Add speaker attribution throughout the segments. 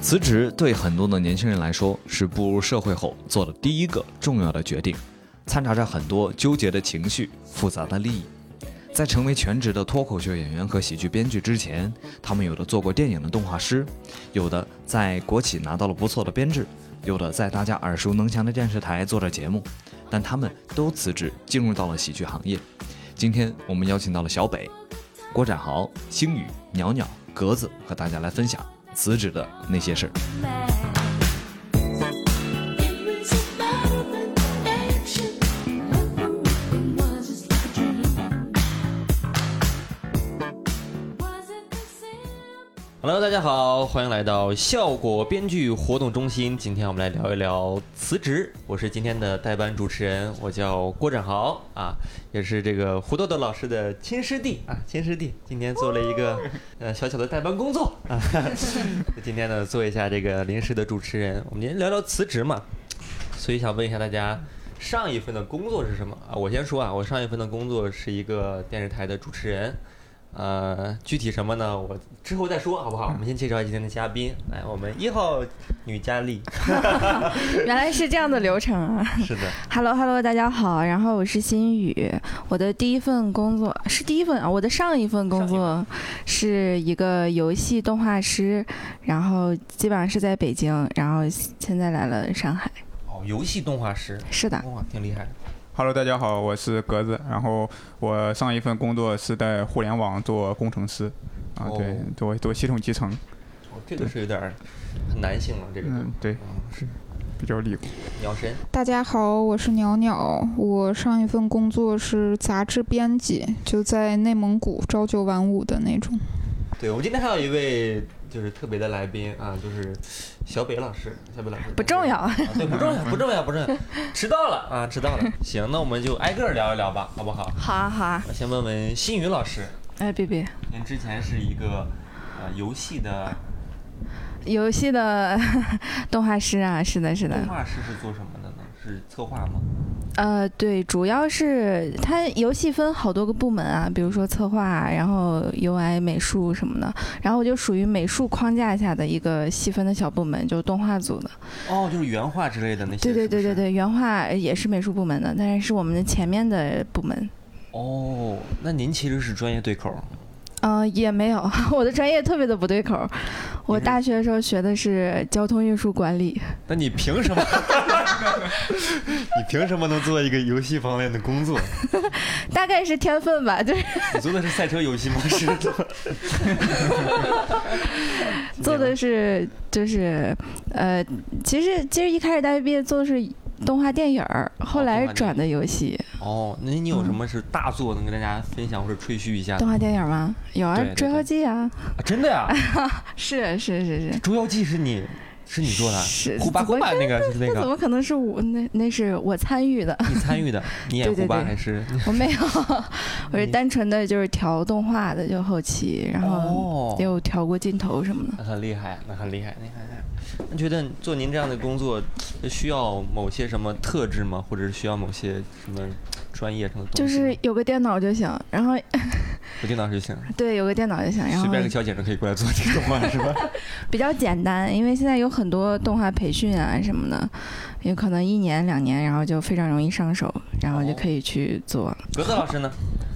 Speaker 1: 辞职对很多的年轻人来说是步入社会后做的第一个重要的决定，掺杂着很多纠结的情绪、复杂的利益。在成为全职的脱口秀演员和喜剧编剧之前，他们有的做过电影的动画师，有的在国企拿到了不错的编制，有的在大家耳熟能详的电视台做着节目，但他们都辞职进入到了喜剧行业。今天我们邀请到了小北、郭展豪、星宇、袅袅、格子和大家来分享辞职的那些事儿。
Speaker 2: Hello，大家好，欢迎来到效果编剧活动中心。今天我们来聊一聊辞职。我是今天的代班主持人，我叫郭展豪啊，也是这个胡豆豆老师的亲师弟啊，亲师弟。今天做了一个呃小小的代班工作啊， 今天呢做一下这个临时的主持人。我们今天聊聊辞职嘛，所以想问一下大家，上一份的工作是什么啊？我先说啊，我上一份的工作是一个电视台的主持人，呃，具体什么呢？我之后再说好不好？我们先介绍一下今天的嘉宾，来，我们一号女佳丽，
Speaker 3: 原来是这样的流程啊
Speaker 2: 是的，
Speaker 3: ！Hello Hello，大家好，然后我是心雨，我的第一份工作是第一份啊，我的上一份工作是一个游戏动画师，然后基本上是在北京，然后现在来了上海。
Speaker 2: 哦，游戏动画师，
Speaker 3: 是的，
Speaker 2: 哇，挺厉害的，
Speaker 4: Hello，大家好，我是格子。然后我上一份工作是在互联网做工程师，啊，
Speaker 2: 哦
Speaker 4: 对，做做系统集成，
Speaker 2: 哦，这个是有点儿很男性了，这个就，
Speaker 4: 嗯，对，
Speaker 2: 是
Speaker 4: 比较理工。
Speaker 2: 鸟神，
Speaker 5: 大家好，我是袅袅。我上一份工作是杂志编辑，就在内蒙古朝九晚五的那种。
Speaker 2: 对我们今天还有一位就是特别的来宾啊，就是小北老师，小北老师
Speaker 3: 不重要，
Speaker 2: 啊对，不重要，不重要，不重要，迟到了啊，迟到了。行，那我们就挨个儿聊一聊吧，好不好？
Speaker 3: 好啊好啊，
Speaker 2: 我先问问新宇老师，
Speaker 3: 哎别别，
Speaker 2: 您之前是一个呃游戏的
Speaker 3: 游戏的 动画师啊，是的是的
Speaker 2: 动，画师是做什么的呢？是策划吗？
Speaker 3: 呃，对，主要是它游戏分好多个部门啊，比如说策划，然后 UI、美术什么的，然后我就属于美术框架下的一个细分的小部门，就是动画组的。
Speaker 2: 哦，就是原画之类的那些。
Speaker 3: 对对
Speaker 2: 是不
Speaker 3: 对
Speaker 2: 是
Speaker 3: 对。对，原画呃也是美术部门的，但是是我们的前面的部门。
Speaker 2: 哦，那您其实是专业对口儿。
Speaker 3: 嗯、也没有， 我的专业特别的不对口儿。我
Speaker 2: 你是
Speaker 3: 大学的时候学的是交通运输管理，
Speaker 2: 那你凭什么？ 你凭什么能做一个游戏方面的工作？
Speaker 3: 大概是天分吧，就是
Speaker 2: 你做的是赛车游戏吗？ 是。
Speaker 3: 做的是就是呃，其实其实一开始大学毕业做的是动画电影儿，后来是转的游戏。
Speaker 2: 哦，那你有什么是大作能跟大家分享或者吹嘘一下的？
Speaker 3: 动画电影儿吗？有啊，
Speaker 2: 对对
Speaker 3: 《捉妖
Speaker 2: 对
Speaker 3: 记》啊，
Speaker 2: 啊真的呀、
Speaker 3: 是是是是
Speaker 2: 《捉妖记》是你是你做的，
Speaker 3: 是
Speaker 2: 虎爸
Speaker 3: 怎么
Speaker 2: 虎爸那个就是那
Speaker 3: 那 怎
Speaker 2: 个
Speaker 3: 么可能是我？那那是我参与的，
Speaker 2: 你参与的，你演
Speaker 3: 对对
Speaker 2: 虎爸
Speaker 3: 对
Speaker 2: 还是？
Speaker 3: 我没 有，我是单纯的就是调动画的，就后期，然后
Speaker 2: 哦，
Speaker 3: 又调过镜头什么的。
Speaker 2: 那很厉害，那很厉害，那很厉害。那觉得做您这样的工作需要某些什么特质吗？或者是需要某些什么专业上的
Speaker 3: 就
Speaker 2: 东西吗？
Speaker 3: 是有个电脑就行，然后
Speaker 2: 我电脑就行，
Speaker 3: 对，有个电脑就行，然
Speaker 2: 随
Speaker 3: 后
Speaker 2: 便个小姐姐可以过来做这个话是 吧？
Speaker 3: 比较简单，因为现在有很多动画培训啊什么的，有可能一年两年，然后就非常容易上手，然后就
Speaker 2: 哦
Speaker 3: 可以去做。
Speaker 2: 格子老师呢？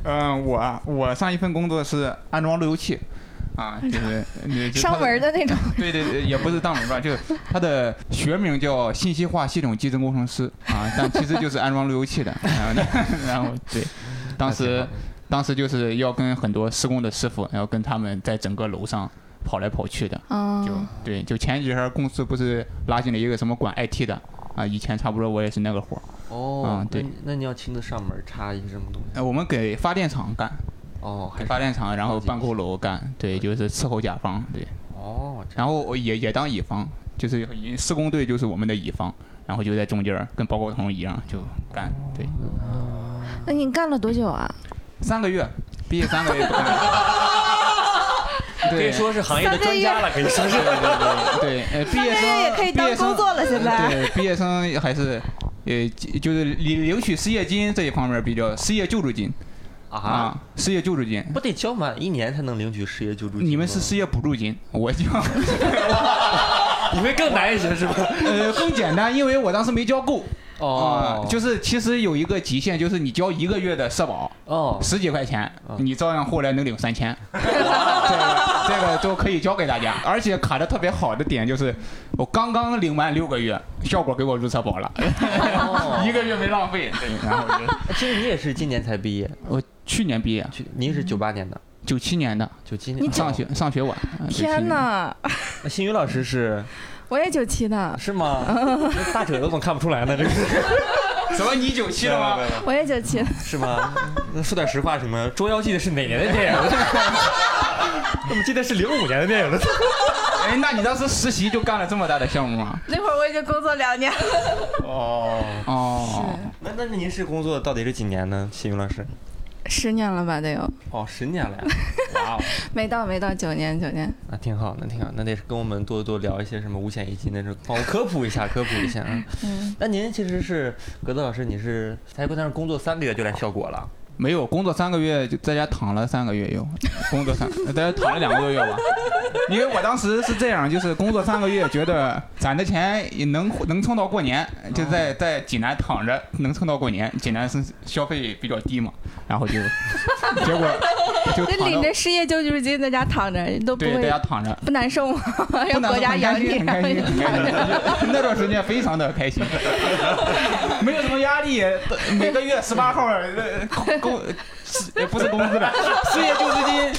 Speaker 4: 嗯，我啊我上一份工作是安装路由器，啊，就是你就
Speaker 3: 上
Speaker 4: 它的
Speaker 3: 门儿的那 种，
Speaker 4: 对对对，也不是当门吧，就是它的学名叫信息化系统集成工程师啊，但其实就是安装路由器的。 然后呢，然后对，当时当时就是要跟很多施工的师傅，然后跟他们在整个楼上跑来跑去的。就
Speaker 3: 嗯，
Speaker 4: 对，就前几天公司不是拉进了一个什么管 IT 的啊，以前差不多我也是那个活儿。
Speaker 2: 哦
Speaker 3: 啊
Speaker 4: 嗯，对
Speaker 2: 那你，那你要亲自上门插一个什么东西？
Speaker 4: 呃，我们给发电厂干，
Speaker 2: 哦，还
Speaker 4: 给
Speaker 2: 是
Speaker 4: 发电厂，然后
Speaker 2: 高级
Speaker 4: 办公楼干，对，就是伺候甲方，对。
Speaker 2: 哦，这
Speaker 4: 然后我也也当乙方，就是施工队就是我们的乙方，然后就在中间儿跟包工头一样就干，对，
Speaker 3: 那你干了多久啊？样
Speaker 4: 三个月，毕业三个月不 干了，
Speaker 2: 可
Speaker 4: 对
Speaker 2: 以，说是行业的
Speaker 3: 三个
Speaker 2: 专家
Speaker 3: 月
Speaker 2: 了，可以说是。
Speaker 4: 对，呃，毕
Speaker 3: 上
Speaker 4: 业
Speaker 3: 个月
Speaker 4: 生
Speaker 3: 也可以当工作了，现在。
Speaker 4: 对，毕业生还是。呃，就是领领取失业金这一方面比较，失业救助金
Speaker 2: 啊
Speaker 4: 啊，，失业救助金，
Speaker 2: 不得交满一年才能领取失业救助金吗？
Speaker 4: 你们是失业补助金，我就
Speaker 2: 你会更难一些 是吧？
Speaker 4: 呃，更简单，因为我当时没交够啊、
Speaker 2: 哦，
Speaker 4: 就是其实有一个极限，就是你交一个月的社保，
Speaker 2: 哦，
Speaker 4: 十几块钱
Speaker 2: 啊，
Speaker 4: 你照样后来能领三 千，这个这个都可以教给大家。而且卡的特别好的点就是，我刚刚领完六个月，效果给我入社保了，一个月没浪费。哦对，然后我就
Speaker 2: 哦其实你也是今年才毕业，
Speaker 4: 我去年毕业，
Speaker 2: 去您是九八年的，
Speaker 4: 九七年的，
Speaker 2: 九七年。
Speaker 3: 你
Speaker 4: 上学上学晚。呃
Speaker 3: 天！ 哪，
Speaker 2: 那新宇老师是
Speaker 3: 我也九七的，
Speaker 2: 是 吗？这大褶子怎么看不出来 呢？这个
Speaker 4: 97年怎么你九七了 吗？
Speaker 3: 我也九七的，
Speaker 2: 是吗？那说点实话，什么《捉妖记》是哪年的电影？ 我们记得是零五年的电影了。
Speaker 4: 哎，那你当时实习就干了这么大的项目啊吗？
Speaker 3: 那会儿我已经工作两年了。
Speaker 2: 哦，
Speaker 4: 哦，
Speaker 2: 那那您是工作到底是几年呢？新宇老师？
Speaker 3: 十年了吧，得有，
Speaker 2: 哦，十年了呀！哇哦，
Speaker 3: 没到没到九年九年。
Speaker 2: 那挺好，那挺好，那得跟我们多多聊一些什么五险一金的这，帮 我科普一下，科普一下啊。
Speaker 3: 嗯，
Speaker 2: 那您其实是格子老师，你是才不但是工作三个月就来效果了，
Speaker 4: 没有，工作三个月就在家躺了三个月有，工作三在家躺了两个多月吧。因为我当时是这样，就是工作三个月，觉得攒的钱也能能撑到过年，就在
Speaker 3: 哦
Speaker 4: 在济南躺着能撑到过年。济南是消费比较低嘛，然后就 结果就
Speaker 3: 那
Speaker 4: 躺
Speaker 3: 领
Speaker 4: 着，
Speaker 3: 着失业救助金在家躺着，都不
Speaker 4: 对，在
Speaker 3: 会
Speaker 4: 家躺着，
Speaker 3: 不难受吗？
Speaker 4: 不
Speaker 3: 让
Speaker 4: 难
Speaker 3: 国家
Speaker 4: 很开
Speaker 3: 养你
Speaker 4: 心，，很开心，很开心。 那段时间非常的开心，没有什么压力，每个月十八号呃工是也不是工资了，失业救助金，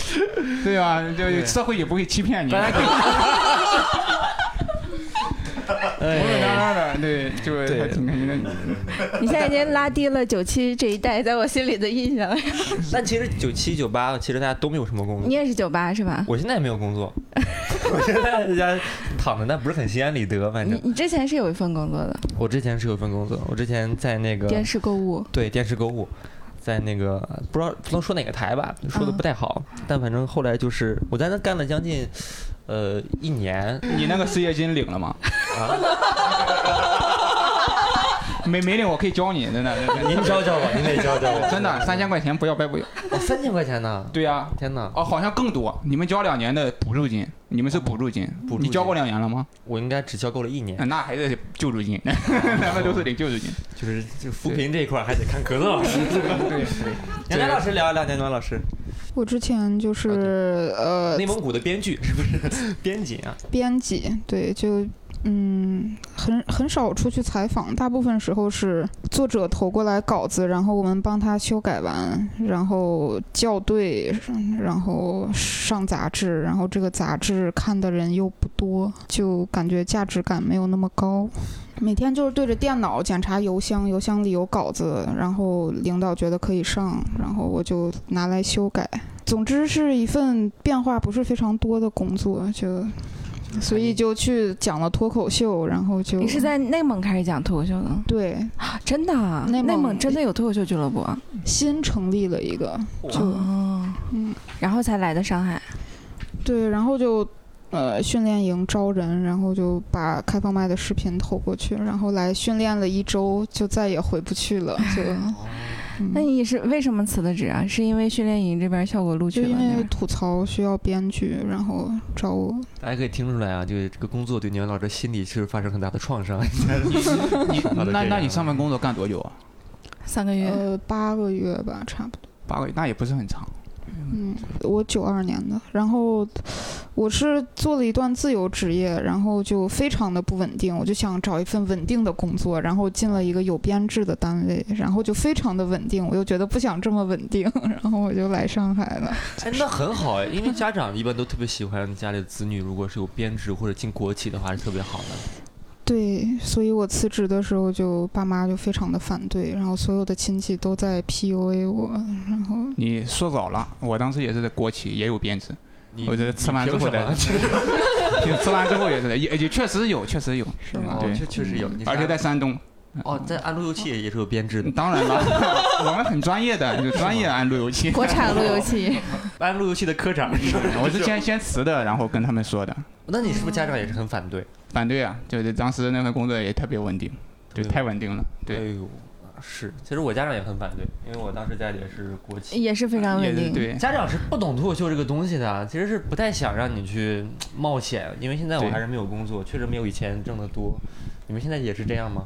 Speaker 4: 对吧？就
Speaker 2: 对
Speaker 4: 社会也不会欺骗你，
Speaker 2: 大家可以
Speaker 4: 普普通通的，对，就是
Speaker 2: 哎对
Speaker 4: 还挺开心的。
Speaker 3: 你现在已经拉低了九七这一代在我心里的印象。
Speaker 2: 但其实九七九八，其实大家都没有什么工作
Speaker 3: 你。也是九八是吧？
Speaker 2: 我现在也没有工作， 我现在在家躺着，但不是很心安理得。反
Speaker 3: 你
Speaker 2: 正
Speaker 3: 你之前是有一份工作的，
Speaker 2: 我之前是有一份工作，我之前在那
Speaker 4: 啊
Speaker 2: 个
Speaker 3: 电视购物。
Speaker 2: 对电视购物，在那个不知道不能说哪个台吧，说的
Speaker 3: 嗯
Speaker 2: 不太好。但反正后来就是我在那干了将近呃一 年
Speaker 4: 你那个失业金领了吗？
Speaker 2: 啊，
Speaker 4: 没没领，我可以教你，真的，真的
Speaker 2: 您教教我，您得教教我，
Speaker 4: 真的三千块钱不要白不要。
Speaker 2: 哦三千块钱呢，
Speaker 4: 对呀，
Speaker 2: 天哪，
Speaker 4: 哦，好像更多，你们交两年的补助金，你们是补助金，
Speaker 2: 哦补助
Speaker 4: 你交
Speaker 2: 金
Speaker 4: 过两年了吗？
Speaker 2: 我应该只交够了一年，
Speaker 4: 那还得救助金， 咱们都是领救 助金。
Speaker 2: 就是就扶贫这一块儿还得看格子老师。
Speaker 4: 对，
Speaker 2: 杨楠老师聊一聊，杨楠老师，
Speaker 5: 我之前就是、呃
Speaker 2: 内蒙古的编剧是不是 编辑啊？
Speaker 5: 编辑，对，就嗯，很很少出去采访，大部分时候是作者投过来稿子，然后我们帮他修改完，然后校对，然后上杂志，然后这个杂志看的人又不多，就感觉价值感没有那么高。每天就是对着电脑检查邮箱，邮箱里有稿子，然后领导觉得可以上，然后我就拿来修改。总之是一份变化不是非常多的工作，就所以就去讲了脱口秀，然后
Speaker 4: 啊
Speaker 5: 就
Speaker 3: 哎你是在内蒙开始讲脱口秀的？
Speaker 5: 对
Speaker 3: 啊真的啊，
Speaker 5: 内
Speaker 3: 内
Speaker 5: 蒙
Speaker 3: 蒙真的有脱口秀俱乐部啊？
Speaker 5: 新成立了一个，就
Speaker 3: 哦，
Speaker 5: 嗯，
Speaker 3: 然后才来的上海。
Speaker 5: 对，然后就呃训练营招人，然后就把开放麦的视频投过去，然后来训练了一周，就再也回不 去了，就。嗯
Speaker 3: 那你是为什么辞的职啊？是因为训练营这边效果录取
Speaker 5: 就
Speaker 3: 了
Speaker 5: 因
Speaker 3: 那
Speaker 5: 为
Speaker 3: 边？
Speaker 5: 吐槽需要编剧，然后找我。
Speaker 2: 大家可以听出来啊，就是这个工作对杨老师心理是发生很大的创伤。
Speaker 4: 你
Speaker 2: 好的
Speaker 4: 那
Speaker 2: 这
Speaker 4: 那
Speaker 2: 样
Speaker 4: 你上份工作干多久啊？
Speaker 3: 三个月。
Speaker 5: 呃，八个月吧，差不多。
Speaker 4: 八个月，那也不是很长。
Speaker 5: 嗯，我九二年的，然后我是做了一段自由职业，然后就非常的不稳定，我就想找一份稳定的工作，然后进了一个有编制的单位，然后就非常的稳定，我又觉得不想这么稳定， 然后我就来上海了。
Speaker 2: 哎，那很好哎，因为家长一般都特别喜欢家里的子女，如果是有编制或者进国企的话，是特别好的。
Speaker 5: 对，所以我辞职的时候就爸妈就非常的反对，然后所有的亲戚都在 PUA 我，然后
Speaker 4: 你说早了，我当时也是在国企也有编制，
Speaker 2: 你
Speaker 4: 我觉得吃完之后的
Speaker 2: 你凭什么
Speaker 4: 就吃完之后也是的，也也确实有，确实有，嗯
Speaker 5: 是 吗
Speaker 2: 哦，
Speaker 4: 对
Speaker 2: 确确实有，你是
Speaker 4: 而且在山东。
Speaker 2: 哦，在安陆油气也是有编制 的。
Speaker 4: 当然了，我们很专业的，就专业安路 由器。
Speaker 3: 国产路由 器，
Speaker 2: 安陆油气的科长，
Speaker 4: 嗯我是先先辞的，然后跟他们说的，
Speaker 2: 那你是不是家长也是很反对？
Speaker 4: 反对啊，就是当时那份工作也特别稳定，就
Speaker 2: 特别
Speaker 4: 太稳定了。对，
Speaker 2: 哎呦，是，其实我家长也很反对，因为我当时家里也是国企，
Speaker 3: 也是非常
Speaker 4: 也
Speaker 3: 稳
Speaker 4: 是
Speaker 3: 定。
Speaker 4: 对，
Speaker 2: 家长是不懂脱口秀这个东西的，其实是不太想让你去冒险，因为现在我
Speaker 4: 对
Speaker 2: 还是没有工作，确实没有以前挣得多。你们现在也是这样吗？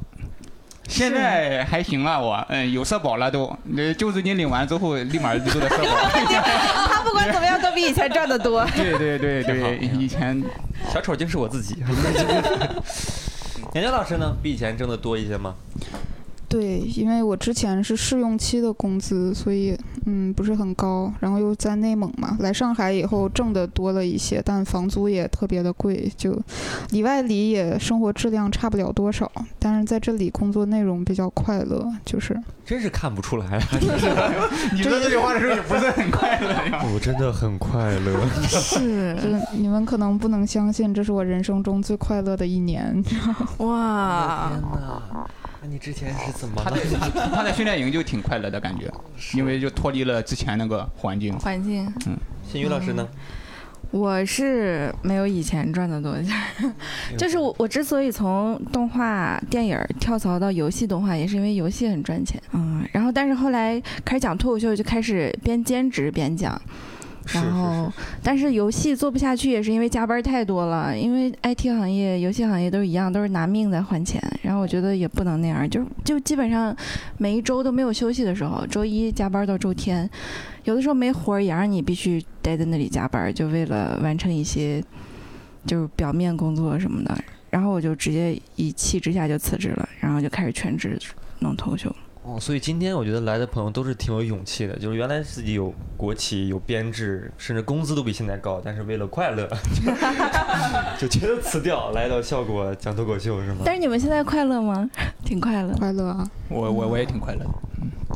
Speaker 4: 现在还行了，我嗯有社保了都，呃救助金领完之后立马就做了社 保。
Speaker 3: 他不管怎么样都比以前赚的多。
Speaker 4: 对对对
Speaker 2: 挺好
Speaker 4: 对，以前
Speaker 2: 小丑竟是我自己。 杨江老师呢，比以前挣得多一些吗？
Speaker 5: 对，因为我之前是试用期的工资，所以嗯不是很高，然后又在内蒙嘛，来上海以后挣的多了一些，但房租也特别的贵，就里外里也生活质量差不了多少，但是在这里工作内容比较快乐，就是
Speaker 2: 真是看不出来啊！
Speaker 4: 你说这句话的时候也不是很快乐 呀。
Speaker 2: 我真的很快乐。
Speaker 3: 是
Speaker 5: 就是你们可能不能相信，这是我人生中最快乐的一年。
Speaker 3: 哇
Speaker 2: 天，哪，那你之前是怎么
Speaker 4: 他
Speaker 2: 了
Speaker 4: 在？他在训练营就挺快乐的感觉，因为就脱离了之前那个环境。
Speaker 3: 环境，
Speaker 2: 新宇老师呢？
Speaker 3: 我是没有以前赚的多，就是我我之所以从动画电影儿跳槽到游戏动画，也是因为游戏很赚钱，嗯，然后但是后来开始讲脱口秀，就开始边兼职边讲。然后，但是游戏做不下去，也是因为加班太多了。因为 IT 行业、游戏行业都是一样，都是拿命在换钱。然后我觉得也不能那样，就就基本上每一周都没有休息的时候，周一加班到周天，有的时候没活儿也让你必须待在那里加班儿，就为了完成一些就是表面工作什么的。然后我就直接一气之下就辞职了，然后就开始全职弄脱口秀。
Speaker 2: 哦，所以今天我觉得来的朋友都是挺有勇气的，就是原来自己有国企、有编制，甚至工资都比现在高，但是为了快 乐，就就觉得辞掉，来到效果讲脱口秀是吗？
Speaker 3: 但是你们现在快乐吗？ 挺快乐。
Speaker 5: 快乐啊！
Speaker 4: 我我我也挺快乐的。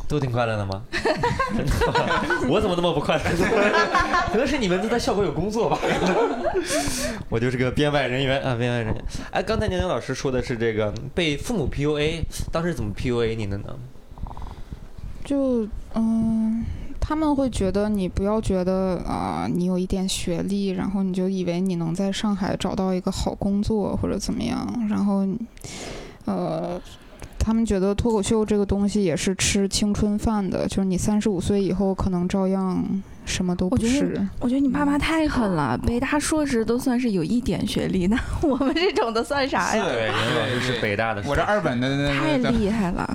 Speaker 2: 都挺快乐的吗？ 真的吗，我怎么那么不快乐？ 可能是你们都在效果有工作吧。 我就是个编外人员啊，编外人员。哎，刚才宁宁老师说的是这个被父母 PUA，当时怎么 PUA 你的呢？
Speaker 5: 就嗯，他们会觉得你不要觉得啊、你有一点学历，然后你就以为你能在上海找到一个好工作或者怎么样，然后呃。他们觉得脱口秀这个东西也是吃青春饭的，就是你三十五岁以后可能照样什么都
Speaker 3: 我
Speaker 5: 不
Speaker 3: 觉得
Speaker 5: 是。
Speaker 3: 我觉得你爸妈太狠了，
Speaker 4: 嗯
Speaker 3: 北大硕士都算是有一点学历，那 我们这种的算啥哎呀？
Speaker 2: 对，宁宁老师是北大的，
Speaker 4: 我这二本的
Speaker 3: 太
Speaker 4: 那那
Speaker 3: 厉害了！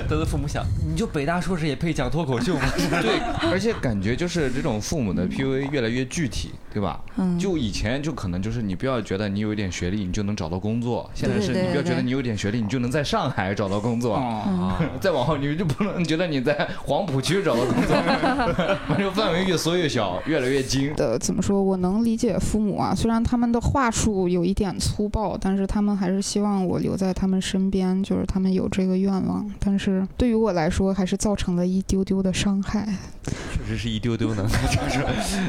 Speaker 2: 都是父母想，你就北大硕士也配讲脱口秀 吗？
Speaker 1: 对，而且感觉就是这种父母的 PUA 越来越具体，对吧？
Speaker 3: 嗯，
Speaker 1: 就以前就可能就是你不要觉得你有一点学历你就能找到工作，现在
Speaker 3: 对
Speaker 1: 是
Speaker 3: 对
Speaker 1: 你不要
Speaker 3: 对
Speaker 1: 觉得你有点学历你就能在上海找到工作。
Speaker 4: 哦，
Speaker 1: 啊，再往后你就不能觉得你在黄浦区找到工作，反正范围越缩越小，越来越精。
Speaker 5: 的怎么说？我能理解父母啊，虽然他们的话术有一点粗暴，但是他们还是希望我留在他们身边，就是他们有这个愿望。但是对于我来说，还是造成了一丢丢的伤害。
Speaker 2: 确实是一丢丢呢， 就是。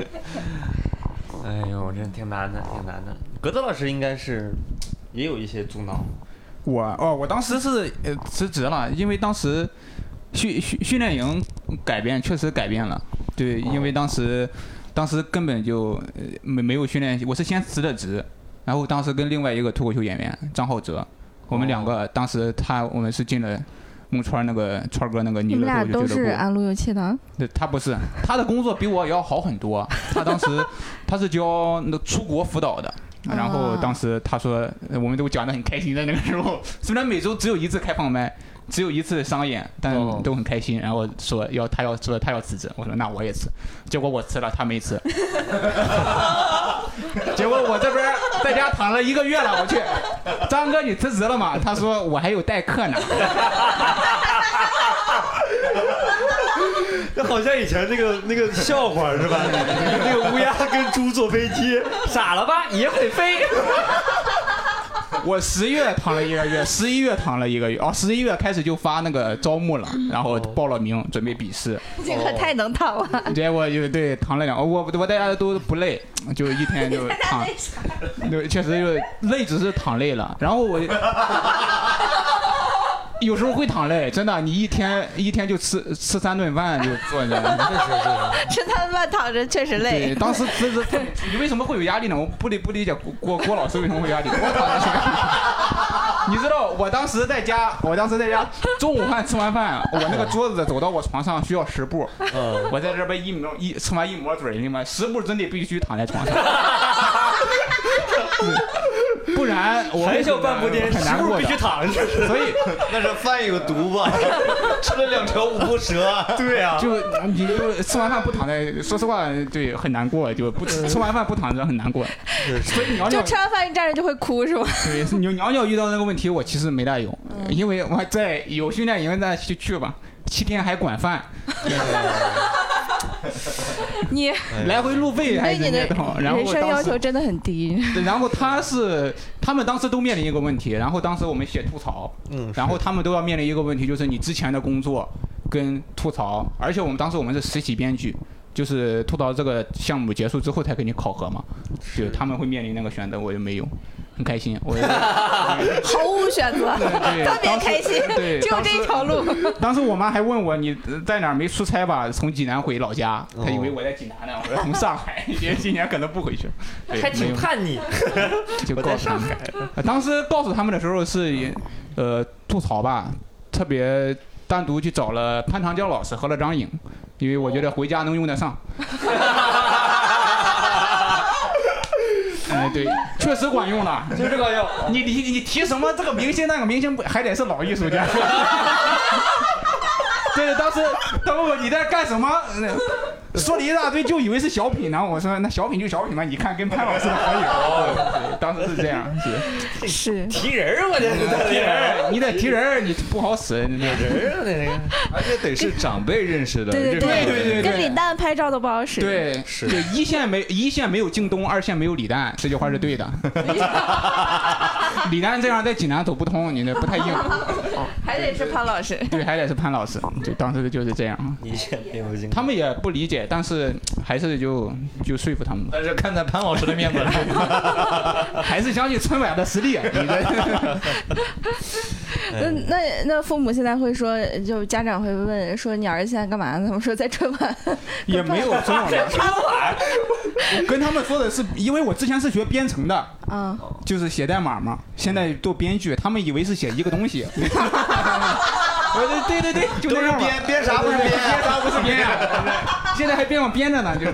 Speaker 2: 哎呦，真挺难的，挺难的。格子老师应该是也有一些阻挠，
Speaker 4: 我哦，我当时是呃辞职了，因为当时训训训练营改变确实改变了，对，因为当时当时根本就呃没没有训练，我是先辞的职，然后当时跟另外一个脱口秀演员张浩哲，我们两
Speaker 3: 哦
Speaker 4: 个当时他我们是进了。孟川那个川哥那个
Speaker 3: 你
Speaker 4: 娱
Speaker 3: 们
Speaker 4: 乐
Speaker 3: 俩
Speaker 4: 脱
Speaker 3: 都
Speaker 4: 口秀俱
Speaker 3: 是
Speaker 4: 乐部
Speaker 3: 安路由器的，
Speaker 4: 对，他不是，他的工作比我要好很多。他当时他是教那出国辅导的，然后
Speaker 3: 啊
Speaker 4: 当时他说，呃我们都讲得很开心的那个时候，虽然每周只有一次开放麦，只有一次商演，但
Speaker 2: 哦
Speaker 4: 都很开心。然后说要他要说他要辞职，我说那我也辞，结果我辞了，他没辞。 结果我这边在家躺了一个月了，我去，张哥你辞职了吗？他说我还有代课呢。
Speaker 2: 那好像以前那个那个笑话是 吧？那个乌鸦跟猪坐飞机，傻了吧？也会飞。
Speaker 4: 我十月躺了一个月，十一月躺了一个月，哦，十一月开始就发那个招募了，然
Speaker 2: 哦
Speaker 4: 后报了名，准备笔试，
Speaker 3: 这个太能躺了。
Speaker 4: 结果就对躺了两，我我大家都不累，就一天就躺，对，确实就累，只是躺累了，然后我。有时候会躺累，真的，你一天一天就吃吃三顿饭就坐着。
Speaker 3: 吃他饭躺着确实
Speaker 4: 对，。当时辞职， 你为什么会有压力呢？我不理不理解郭郭郭老师为什么会有压力。我躺着 你知道我当时在家，我当时在家中午饭吃完饭，我那个桌子走到我床上需要十步，
Speaker 2: 嗯，
Speaker 4: 我在这边一抹一吃完一抹嘴，你妈十步之内必须躺在床上， 不然我
Speaker 2: 还叫半步颠，
Speaker 4: 很
Speaker 2: 十
Speaker 4: 难
Speaker 2: 步
Speaker 4: 过
Speaker 2: 必须
Speaker 4: 的。
Speaker 2: 躺着。
Speaker 4: 所以
Speaker 6: 那是饭有毒 吧？吃了两条五步蛇。
Speaker 2: 啊
Speaker 6: 对呀、
Speaker 4: 就你就吃完饭不躺在，说实话，对，很难过，就不吃完饭不躺着很难过。所以鸟
Speaker 3: 就
Speaker 4: 鸟
Speaker 3: 吃完饭一站着就会哭是吗？
Speaker 4: 对鸟鸟鸟遇到那个问题，我其实没大用，
Speaker 3: 嗯
Speaker 4: 因为我在有训练营那去去吧，七天还管饭，
Speaker 3: 你
Speaker 4: 来回路费还
Speaker 3: 对
Speaker 4: 人
Speaker 3: 你的
Speaker 4: 家掏，然后
Speaker 3: 人生
Speaker 4: 当
Speaker 3: 要
Speaker 4: 时
Speaker 3: 求真的很 低。
Speaker 4: 然后他是，他们当时都面临一个问题，然后当时我们写吐槽，
Speaker 2: 嗯，
Speaker 4: 然后他们都要面临一个问题，就是你之前的工作跟吐槽，而且我们当时我们是实习编剧，就是吐槽这个项目结束之后才给你考核嘛，就是他们会面临那个选择，我就没有，很开心，我
Speaker 3: 毫无选择，
Speaker 4: 对
Speaker 3: 特别开心，
Speaker 4: 对，
Speaker 3: 只有这一条路。
Speaker 4: 当时我妈还问我你在哪儿没出差吧？从济南回老家，
Speaker 2: 哦
Speaker 4: 她以为我在济南呢，我说从上海， 因为今年可能不回去了，对
Speaker 2: 还
Speaker 4: 没
Speaker 2: 挺
Speaker 4: 有
Speaker 2: 叛逆，
Speaker 4: 就
Speaker 2: 我
Speaker 4: 告
Speaker 2: 在
Speaker 4: 诉他
Speaker 2: 上
Speaker 4: 们。
Speaker 2: 海。
Speaker 4: 呃当时告诉他们的时候是，呃，吐槽吧，特别单独去找了潘长江老师和了张颖，因为我觉得回家能用 得上。哎，对，确实管用了。
Speaker 2: 就这个药，
Speaker 4: 你你你提什么这个明星那个明星不还得是老艺术家？ 对，当时他问我你在干什么，那说了一大堆，就以为是小品呢。我说那小品就小品吧，你看跟潘老师的合影。哦对，当时是这样。是
Speaker 3: 是，
Speaker 2: 提人儿，我这是
Speaker 4: 提人儿，你得提人儿，你不好使。啊你这
Speaker 2: 人儿，我这个。
Speaker 1: 而且得是长辈认识的，
Speaker 3: 对
Speaker 1: 认
Speaker 4: 对
Speaker 1: 识的
Speaker 4: 对对
Speaker 3: 跟李诞拍照都不好使。，
Speaker 4: 对，
Speaker 1: 是
Speaker 4: 对一线没一线没有京东，二线没有李诞，这句话是 对的。李诞这样在济南走不通，你这不太硬。
Speaker 3: 还得是潘老师。
Speaker 4: 对，还得是潘老师，对，当时就是这样。
Speaker 2: 一切没有经
Speaker 4: 他们也不理解，但是还是就就说服他们，
Speaker 1: 但是看在潘老师的面子上，
Speaker 4: 还是相信春晚的实力。你这
Speaker 3: 那
Speaker 4: 嗯
Speaker 3: 那那父母现在会说，就家长会问说你儿子现在干嘛呢？我说在春晚。
Speaker 4: 也 没有春晚吧。我跟他们说的是，因为我之前是学编程的，
Speaker 3: 嗯，
Speaker 4: 就是写代码嘛，现在做编剧，他们以为是写一个东西。我说对对对，就
Speaker 6: 都
Speaker 4: 那
Speaker 6: 是
Speaker 4: 样吧
Speaker 6: 编编啥不是
Speaker 4: 编
Speaker 6: 编
Speaker 4: 啥不是编呀、现在还编上编着呢，就是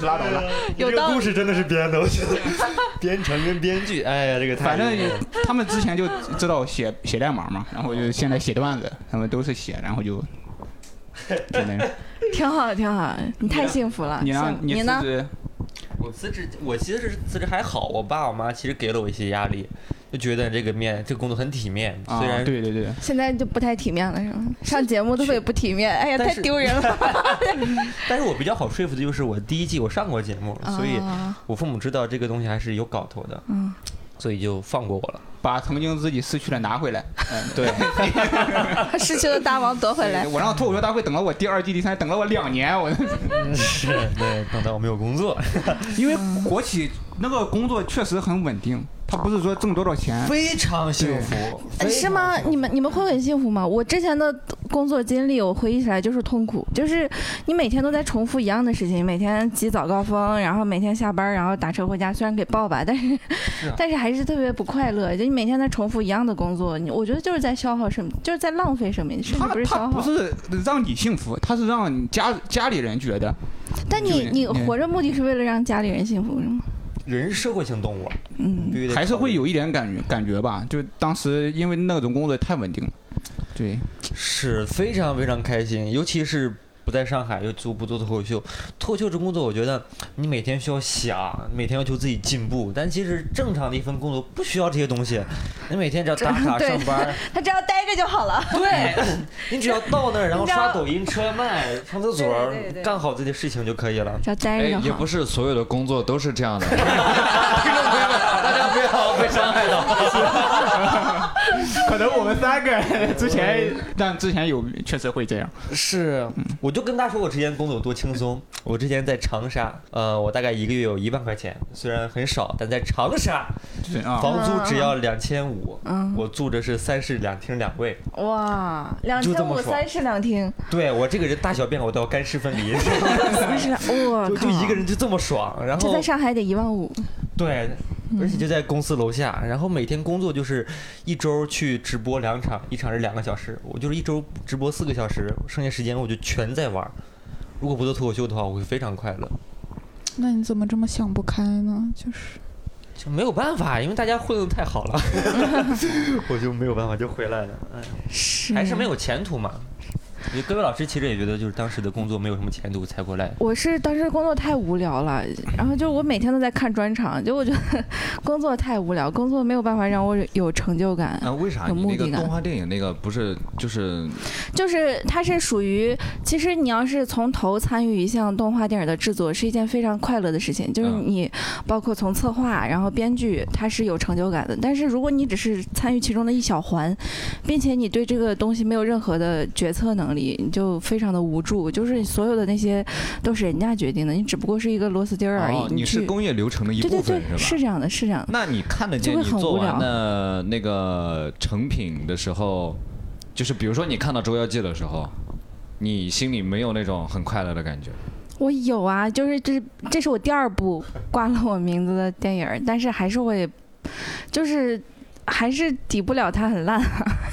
Speaker 4: 就拉倒了。
Speaker 3: 有
Speaker 6: 这
Speaker 3: 道
Speaker 6: 个
Speaker 3: 理
Speaker 6: 故事真的是编的，我觉得 编程跟编剧，哎呀，这个太
Speaker 4: 反正
Speaker 6: 厉害了
Speaker 4: 他们之前就知道写写代码嘛，然后就现在写段子，他们都是写，然后就。就那样。
Speaker 3: 挺好，挺好，你太幸福了。
Speaker 4: 你呢
Speaker 3: 幸？福
Speaker 4: 你
Speaker 3: 你
Speaker 4: 辞
Speaker 3: 呢？
Speaker 4: 职
Speaker 2: 我辞职，我其实是辞职还好，我爸我妈其实给了我一些压力，就觉得这个面这个工作很体面，
Speaker 4: 啊
Speaker 2: 虽然、？
Speaker 4: 对对对，
Speaker 3: 现在就不太体面了，是吗？上节目都也不体面，哎呀，
Speaker 2: 但
Speaker 3: 太
Speaker 2: 是
Speaker 3: 丢人了。
Speaker 2: 但是我比较好说服的就是我第一季我上过节目，所以
Speaker 3: 啊
Speaker 2: 我父母知道这个东西还是有搞头的，
Speaker 3: 嗯，
Speaker 2: 所以就放过 我了。
Speaker 4: 把曾经自己失去的拿回来。 嗯，
Speaker 2: 对，
Speaker 3: 失去的大王夺回来。
Speaker 4: 我让脱口秀大会等了我第二季、第三，等了我两年， 我
Speaker 2: 是对，等到我没有工作，
Speaker 4: 因为国企那个工作确实很稳定，他不是说挣多少钱，
Speaker 2: 非常幸福，非常
Speaker 3: 是吗？
Speaker 2: 幸福
Speaker 3: 你们你们会很幸福吗？我之前的工作经历，我回忆起来就是痛苦，就是你每天都在重复一样的事情，每天挤早高峰，然后每天下班，然后打车回家，虽然给报吧，但是
Speaker 2: 啊
Speaker 3: 但是还是特别不快乐。就你每天在重复一样的工作，你我觉得就是在消耗生命，就是在浪费生命，甚至
Speaker 4: 他
Speaker 3: 不是
Speaker 4: 他
Speaker 3: 消
Speaker 4: 不
Speaker 3: 耗。
Speaker 4: 是让你幸福，他是让你家家里人觉得，
Speaker 3: 但你
Speaker 4: 就是
Speaker 3: 你
Speaker 4: 嗯
Speaker 3: 活着目的是为了让家里人幸福，是吗？
Speaker 2: 人是社会性动物，
Speaker 3: 嗯
Speaker 2: 必，须得
Speaker 4: 还是
Speaker 2: 考虑
Speaker 4: 会有一点感觉感觉吧。就当时因为那种工作太稳定了，对，
Speaker 2: 是非常非常开心，尤其是不在上海又做不做脱口秀，脱口秀这工作，我觉得你每天需要想，每天要求自己进步，但其实正常的一份工作不需要这些东西，你每天只要打卡
Speaker 3: 对
Speaker 2: 上 班，
Speaker 3: 他只要待着就好了。
Speaker 2: 对，你只要到那儿，然后
Speaker 3: 你知
Speaker 2: 刷
Speaker 3: 道
Speaker 2: 抖音、车卖、上厕所
Speaker 3: 对对对，对
Speaker 2: 干好自己的事情就可以了。
Speaker 3: 只要待
Speaker 1: 哎，
Speaker 3: 着就好。
Speaker 1: 也不是所有的工作都是这样的。
Speaker 2: 大家不要被伤害到。
Speaker 4: 可能我们三个人之前，但之前有确实会这样。
Speaker 2: 是，我就跟他说我之前工作有多轻松。我之前在长沙，呃，我大概一个月有一万块钱，虽然很少，但在长沙
Speaker 4: 就是啊，
Speaker 2: 房租只要两千五，
Speaker 3: 嗯，
Speaker 2: 我住的是三室两厅两卫，
Speaker 3: 哇，两
Speaker 2: 就这
Speaker 3: 千
Speaker 2: 么
Speaker 3: 五
Speaker 2: 爽
Speaker 3: 三室两厅，
Speaker 2: 对我这个人大小便我都要干湿分 离，
Speaker 3: 三室两，我
Speaker 2: 就
Speaker 3: 靠，
Speaker 2: 就一个人就这么爽。然
Speaker 3: 这在嗯
Speaker 2: 后
Speaker 3: 上海得一万五，
Speaker 2: 对，而且就在公司楼下，然后每天工作就是一周去直播两场，一场是两个小时，我就是一周直播四个小时，剩下时间我就全在玩儿。如果不做脱口秀的话，我会非常快乐。
Speaker 5: 那你怎么这么想不开呢？就是
Speaker 2: 就没有办法，因为大家混的太好 了，我就没有办法就回来了。哎，
Speaker 3: 是
Speaker 2: 还是没有前途嘛。因为各位老师其实也觉得，就是当时的工作没有什么前途才过来。
Speaker 3: 我是当时工作太无聊了，然后就我每天都在看专场，就我觉得工作太无聊，工作没有办法让我有成就感。
Speaker 1: 那为啥
Speaker 3: 有
Speaker 1: 你
Speaker 3: 目
Speaker 1: 那个
Speaker 3: 的感
Speaker 1: 动画电影那个不是就是
Speaker 3: 就是它是属于，其实你要是从头参与一项动画电影的制作，是一件非常快乐的事情。就是
Speaker 1: 嗯
Speaker 3: 你包括从策划，然后编剧，它是有成就感的。但是如果你只是参与其中的一小环，并且你对这个东西没有任何的决策能力，你就非常的无助。就是你所有的那些都是人家决定的，你只不过是一个螺丝钉儿而已。
Speaker 1: 哦，你是
Speaker 3: 去
Speaker 1: 工业流程的一
Speaker 3: 对
Speaker 1: 部
Speaker 3: 对
Speaker 1: 分
Speaker 3: 对，
Speaker 1: 吧？
Speaker 3: 是这样的，是这样的。
Speaker 1: 那哦你看得见
Speaker 3: 就
Speaker 1: 你
Speaker 3: 会很
Speaker 1: 做
Speaker 3: 无聊
Speaker 1: 完的那个成品的时候，就是比如说你看到《捉妖记》的时候，你心里没有那种很快乐的感觉。
Speaker 3: 我有啊，就是这这是我第二部挂了我名字的电影儿，但是还是会，就是还是抵不了它很烂。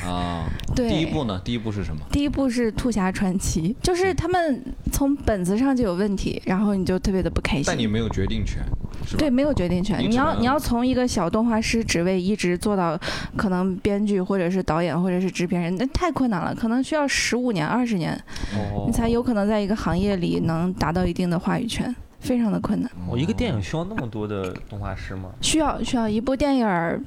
Speaker 1: 啊，
Speaker 3: 对，
Speaker 1: 第一部嗯呢？第一部是什么？
Speaker 3: 第一部是《兔侠传奇》，就是他们从本子上就有问题，然后你就特别的不开
Speaker 1: 但你
Speaker 3: 心。
Speaker 1: 没有决定权，是吧？
Speaker 3: 对，没有决定
Speaker 1: 你
Speaker 3: 权。你
Speaker 1: 只
Speaker 3: 要
Speaker 1: 能
Speaker 3: 你要从一个小动画师职位一直做到可能编剧或者是导演或者是制片人，那太困难了，可能需要十五年、二十年，
Speaker 2: 哦
Speaker 3: 你才有可能在一个行业里能达到一定的话语权，非常的困难。
Speaker 2: 我哦一个电影需要那么多的动画师吗？
Speaker 3: 需要需要一部电影儿，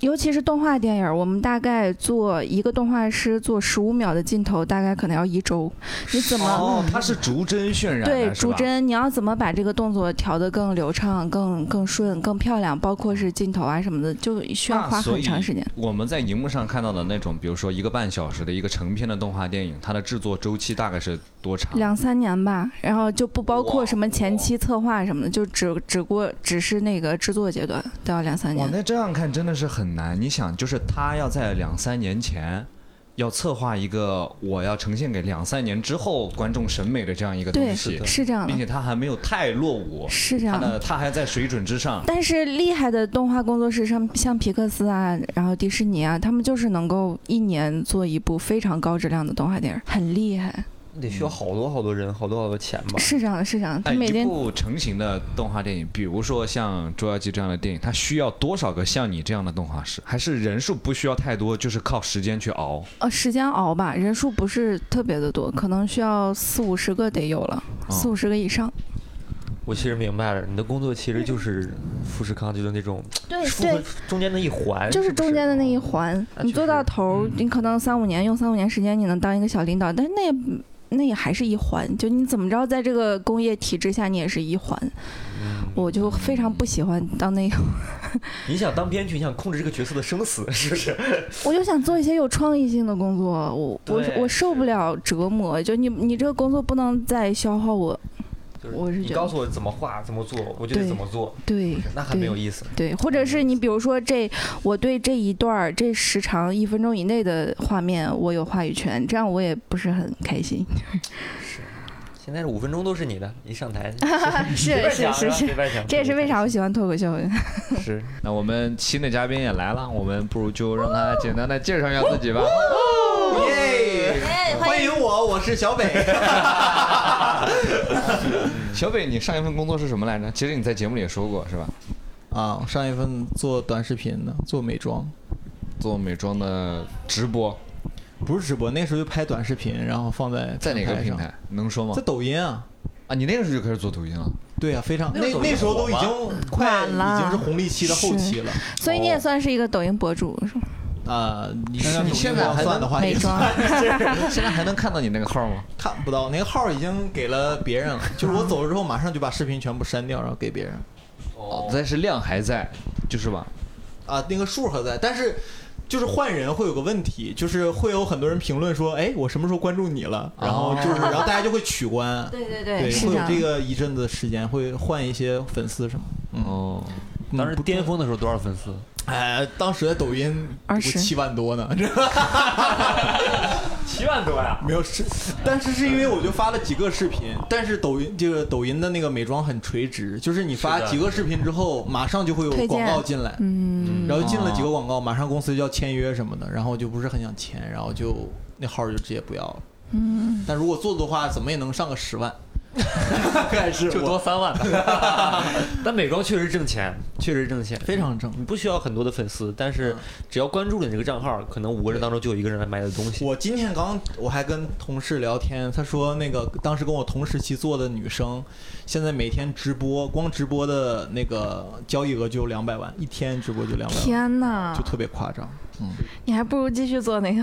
Speaker 3: 尤其是动画电影儿，我们大概做一个动画师做十五秒的镜头，大概可能要一周。你怎么、
Speaker 1: 哦，它是逐帧渲染的，
Speaker 3: 对
Speaker 1: 是
Speaker 3: 逐
Speaker 1: 吧
Speaker 3: 帧？你要怎么把这个动作调得更流畅、更更顺、更漂亮？包括是镜头啊什么的，就需要
Speaker 1: 那
Speaker 3: 花
Speaker 1: 所
Speaker 3: 很
Speaker 1: 以
Speaker 3: 长时间。
Speaker 1: 我们在荧幕上看到的那种，比如说一个半小时的一个成片的动画电影，它的制作周期大概是多长？
Speaker 3: 两三年吧，然后就不包括什么前期策划什么的，就只只过只是那个制作阶段都要两三
Speaker 1: 哇，
Speaker 3: 年。
Speaker 1: 那这样看真的是很难。你想，就是他要在两三年前，要策划一个我要呈现给两三年之后观众审美的这样一个东
Speaker 3: 对，
Speaker 1: 西，
Speaker 3: 是这样的
Speaker 1: 并，且他还没有太落伍，
Speaker 3: 是啊这
Speaker 1: 他
Speaker 3: 样的。
Speaker 1: 的他还在水准之上。
Speaker 3: 但是厉害的动画工作室像像皮克斯啊，然后迪士尼啊，他们就是能够一年做一部非常高质量的动画电影，很厉害。
Speaker 2: 得需要好多好多人，好多好多钱吧？
Speaker 3: 是这样的，是这样的，他
Speaker 1: 哎，
Speaker 3: 每
Speaker 1: 一
Speaker 3: 天
Speaker 1: 部成型的动画电影，比如说像《捉妖记》这样的电影，它需要多少个像你这样的动画师？还是人数不需要太多，就是靠时间去熬？
Speaker 3: 呃时间熬吧，人数不是特别的多，可能需要四五十个得有了，
Speaker 1: 哦
Speaker 3: 四五十个以上。
Speaker 2: 我其实明白了，你的工作其实就是富士康就是那种
Speaker 3: 对
Speaker 2: 是富士中间那一环，
Speaker 3: 就是
Speaker 2: 是哎哦不
Speaker 3: 中间的那一。环，
Speaker 2: 那
Speaker 3: 你
Speaker 2: 确
Speaker 3: 做到
Speaker 2: 实
Speaker 3: 头儿，你可能三五年用三五年时间，你能当一个小领导，但是那也那也还是一环，就你怎么着，在这个工业体制下，你也是一环。我就非常不喜欢当那个，
Speaker 2: 嗯你想当编剧，你想控制这个角色的生死，是不是？
Speaker 3: 我就想做一些有创意性的工作，我我
Speaker 2: 对
Speaker 3: 我受不了折磨，就你你这个工作不能再消耗我，
Speaker 2: 就
Speaker 3: 我是
Speaker 2: 你
Speaker 3: 觉
Speaker 2: 告
Speaker 3: 得
Speaker 2: 诉我怎么画，怎么做，我就得
Speaker 3: 对
Speaker 2: 怎么做，
Speaker 3: 对
Speaker 2: 那很没有
Speaker 3: 对
Speaker 2: 意思。
Speaker 3: 对，或者是你比如说这我对这一段儿这时长一分钟以内的画面我有话语权，这样我也不是很开心。
Speaker 2: 现在是五分钟都是你的，一上 台
Speaker 3: 是
Speaker 2: 随便
Speaker 3: 是
Speaker 2: 想
Speaker 3: 是
Speaker 2: 吧
Speaker 3: 是
Speaker 2: 随便想
Speaker 3: 这也是为啥我喜欢脱口秀。
Speaker 2: 是
Speaker 1: 那我们新的嘉宾也来了，我们不如就让他简单的介绍一下自己吧。
Speaker 6: 耶！
Speaker 2: 哎
Speaker 6: 欢迎我，我是小北。
Speaker 1: 小北，你上一份工作是什么来着？其实你在节目里也说过，是吧？
Speaker 7: 啊，我上一份做短视频的，做美妆，
Speaker 1: 做美妆的直播，
Speaker 7: 不是直播，那时候就拍短视频，然后放在
Speaker 1: 在哪个平
Speaker 7: 上？
Speaker 1: 台？能说吗
Speaker 7: 在？抖音啊。
Speaker 1: 啊，你那个时候就开始做抖音了？
Speaker 7: 对啊，非常那
Speaker 2: 那抖音
Speaker 7: 那时候
Speaker 2: 火
Speaker 7: 都已
Speaker 2: 吗
Speaker 7: 经快
Speaker 3: 晚
Speaker 7: 已
Speaker 3: 了
Speaker 7: 经是红利期的后
Speaker 3: 是
Speaker 7: 期了
Speaker 3: 所以你
Speaker 7: 哦
Speaker 3: 也算是一个抖音博主，是吗？
Speaker 7: 啊！你
Speaker 1: 那你
Speaker 7: 抖音
Speaker 1: 现在
Speaker 7: 要
Speaker 1: 还能
Speaker 7: 算的话，
Speaker 3: 美
Speaker 7: 也
Speaker 3: 妆
Speaker 7: 算
Speaker 1: 现在还能看到你那个号吗？
Speaker 7: 看不到那个号儿已经给了别人了，就是我走了之后马上就把视频全部删掉，然后给别人
Speaker 1: 哦，但是量还在，就是吧？
Speaker 7: 啊，那个数还在，但是。就是换人会有个问题，就是会有很多人评论说，哎，我什么时候关注你了？然后就是，然后大家就会取关，
Speaker 3: 哦对对
Speaker 7: 对，
Speaker 3: 是嗯
Speaker 7: 会有
Speaker 3: 样。
Speaker 7: 这个一阵子时间，会换一些粉丝什么。
Speaker 1: 哦，
Speaker 7: 嗯
Speaker 2: 当时
Speaker 7: 不
Speaker 2: 巅峰的时候多少粉丝？
Speaker 7: 哎，当时在抖音
Speaker 3: 20
Speaker 7: 七万多呢，这
Speaker 2: 七万多啊呀！
Speaker 7: 没有是，但是是因为我就发了几个视频，但是抖音这个抖音的那个美妆很垂直，就是你发
Speaker 2: 是的
Speaker 7: 几个视频之后，马上就会有
Speaker 3: 推荐
Speaker 7: 广告进来，
Speaker 3: 嗯，
Speaker 7: 然后进了几个广告，马上公司就要签约什么的，然后我就不是很想签，然后就那号就直接不要了。嗯，但如果做的话，怎么也能上个十万，大概 是
Speaker 2: 就多
Speaker 7: 我
Speaker 2: 三万吧， 但美妆确实挣钱，确实挣钱，
Speaker 7: 非常正。
Speaker 2: 你不需要很多的粉丝，但是只要关注了你这个账号，可能五个人当中就有一个人来买你的东西。
Speaker 7: 我今天刚我还跟同事聊天，他说那个当时跟我同时期做的女生，现在每天直播，光直播的那个交易额就有两百万，一天直播就两百万，
Speaker 3: 天啊哪
Speaker 7: 就，特别夸张。
Speaker 3: 你还不如继续做那个。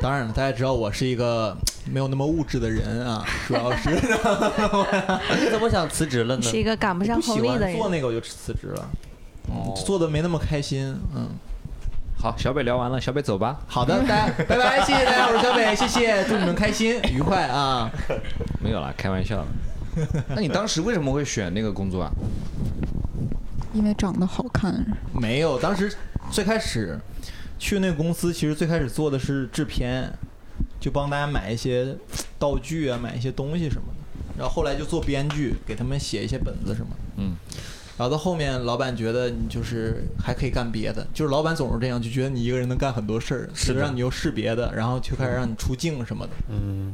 Speaker 7: 当然了，大家知道我是一个没有那么物质的人啊，主要 是
Speaker 2: 你怎么想辞职了呢？
Speaker 3: 是一个赶不上
Speaker 7: 不喜
Speaker 3: 红利的
Speaker 7: 欢
Speaker 3: 人
Speaker 7: 做。那个我就辞职了，嗯
Speaker 2: 哦
Speaker 7: 做的没那么开心。嗯，
Speaker 6: 好，小北聊完了，小北走吧。
Speaker 7: 好的，大家拜拜，谢谢大家，我是小北，谢谢，祝你们开心愉快啊。
Speaker 6: 没有啦，开玩笑的。
Speaker 1: 那你当时为什么会选那个工作啊？
Speaker 5: 因为长得好看，
Speaker 7: 没有，当时最开始去那个公司，其实最开始做的是制片，就帮大家买一些道具啊，买一些东西什么的。然后后来就做编剧，给他们写一些本子什么的。
Speaker 1: 嗯。
Speaker 7: 然后到后面，老板觉得你就是还可以干别的，就是老板总是这样，就觉得你一个人能干很多事儿，
Speaker 2: 是的
Speaker 7: 就让你又试别的，然后就开始让你出镜什么的
Speaker 2: 嗯，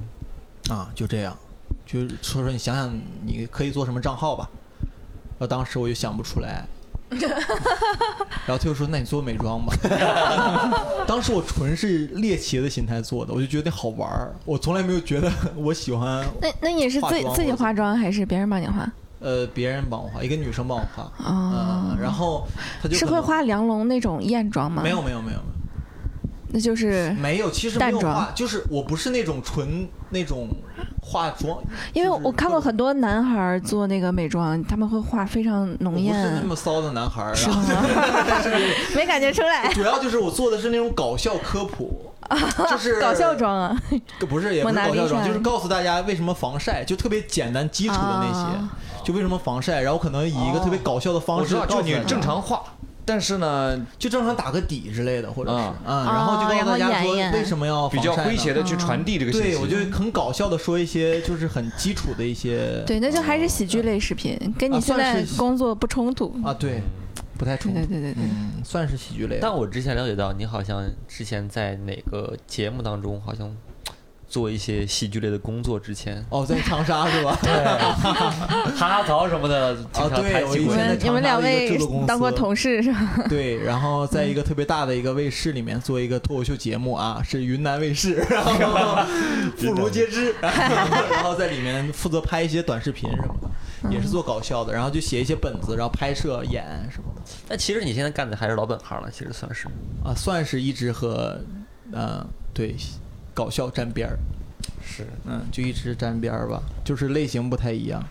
Speaker 7: 啊，就这样。就是说说你想想，你可以做什么账号吧？然后当时我就想不出来，然后他就说：“那你做美妆吧。”当时我纯是猎奇的心态做的，我就觉得好玩儿，我从来没有觉得我喜欢
Speaker 3: 那那你是自己
Speaker 7: 化妆
Speaker 3: 自己化妆还是别人帮你化？
Speaker 7: 呃别人帮我画，一个女生帮我画，
Speaker 3: 哦
Speaker 7: 嗯，然后他就是可
Speaker 3: 会
Speaker 7: 能
Speaker 3: 画梁龙那种艳妆吗？
Speaker 7: 没有没嗯有没有没有。
Speaker 3: 那就是
Speaker 7: 没有，其实没有
Speaker 3: 淡妆
Speaker 7: 化，就是我不是那种纯那种化妆，
Speaker 3: 因为
Speaker 7: 就是
Speaker 3: 我看过
Speaker 7: 各
Speaker 3: 很多男孩儿做那个美妆，他们会画非常
Speaker 7: 我
Speaker 3: 浓
Speaker 7: 不是那
Speaker 3: 艳，
Speaker 7: 么骚的男孩儿，
Speaker 3: 是
Speaker 7: 然
Speaker 3: 吗
Speaker 7: 后？
Speaker 3: 没感觉出来，
Speaker 7: 主要就是我做的是那种搞笑科普，就 是
Speaker 3: 搞笑，妆啊，
Speaker 7: 不是也不
Speaker 3: 蒙
Speaker 7: 是
Speaker 3: 娜
Speaker 7: 搞笑
Speaker 3: 丽
Speaker 7: 妆，
Speaker 3: 莎
Speaker 7: 就是告诉大家为什么防晒，就特别简单基础的那些
Speaker 3: 啊，
Speaker 7: 就为什么防晒，然后可能以一个特别搞笑的方
Speaker 1: 我
Speaker 7: 式
Speaker 1: 知道，
Speaker 7: 告
Speaker 1: 就
Speaker 7: 诉
Speaker 1: 你
Speaker 7: 大家
Speaker 1: 正常化，但是呢，
Speaker 7: 就正常打个底之类的，或者是
Speaker 1: 啊
Speaker 7: 嗯，然后就告
Speaker 3: 然
Speaker 7: 诉
Speaker 3: 后
Speaker 7: 大家
Speaker 3: 演
Speaker 7: 说
Speaker 3: 一演
Speaker 7: 为什么要
Speaker 1: 比较诙
Speaker 7: 防晒哦呢啊
Speaker 1: 谐的去传递这个信息。
Speaker 7: 对，我就很搞笑的说一些就是很基础的一些
Speaker 3: 对，那就还是喜剧类视频，跟你
Speaker 7: 哦啊
Speaker 3: 现
Speaker 7: 算
Speaker 3: 在
Speaker 7: 是
Speaker 3: 工作不冲突。
Speaker 7: 啊，对，不太
Speaker 3: 对
Speaker 7: 冲突
Speaker 3: 对。对对对，
Speaker 7: 嗯，算是喜剧类。
Speaker 2: 但我之前了解到，你好像之前在哪个节目当中，好像做一些戏剧类的工作之
Speaker 7: ，
Speaker 2: 前
Speaker 7: 哦，在长沙 是吧？
Speaker 2: 哈哈槽什么的，经常
Speaker 7: 啊对
Speaker 2: 拍
Speaker 7: 我
Speaker 2: 戏
Speaker 7: 嗯以
Speaker 3: 你
Speaker 2: 过
Speaker 7: 前
Speaker 2: 来
Speaker 3: 们
Speaker 7: 在长沙
Speaker 3: 你们两
Speaker 7: 的一个
Speaker 3: 位
Speaker 7: 制作公司
Speaker 3: 当过同事是 吧？
Speaker 7: 对，然后在一个特别大的一个卫视里面做一个脱口秀节目啊， 是云南卫视，然后妇孺皆知，然后然后在里面负责拍一些短视频什么的，也是做搞笑的，然后就写一些本子，然后拍摄演什么的
Speaker 2: 但其实你现在干的还是老本行了，其实算是。
Speaker 7: 啊，算是一直和呃对搞笑沾边儿，
Speaker 2: 是，
Speaker 7: 嗯，就一直沾边儿吧，就是类型不太一样，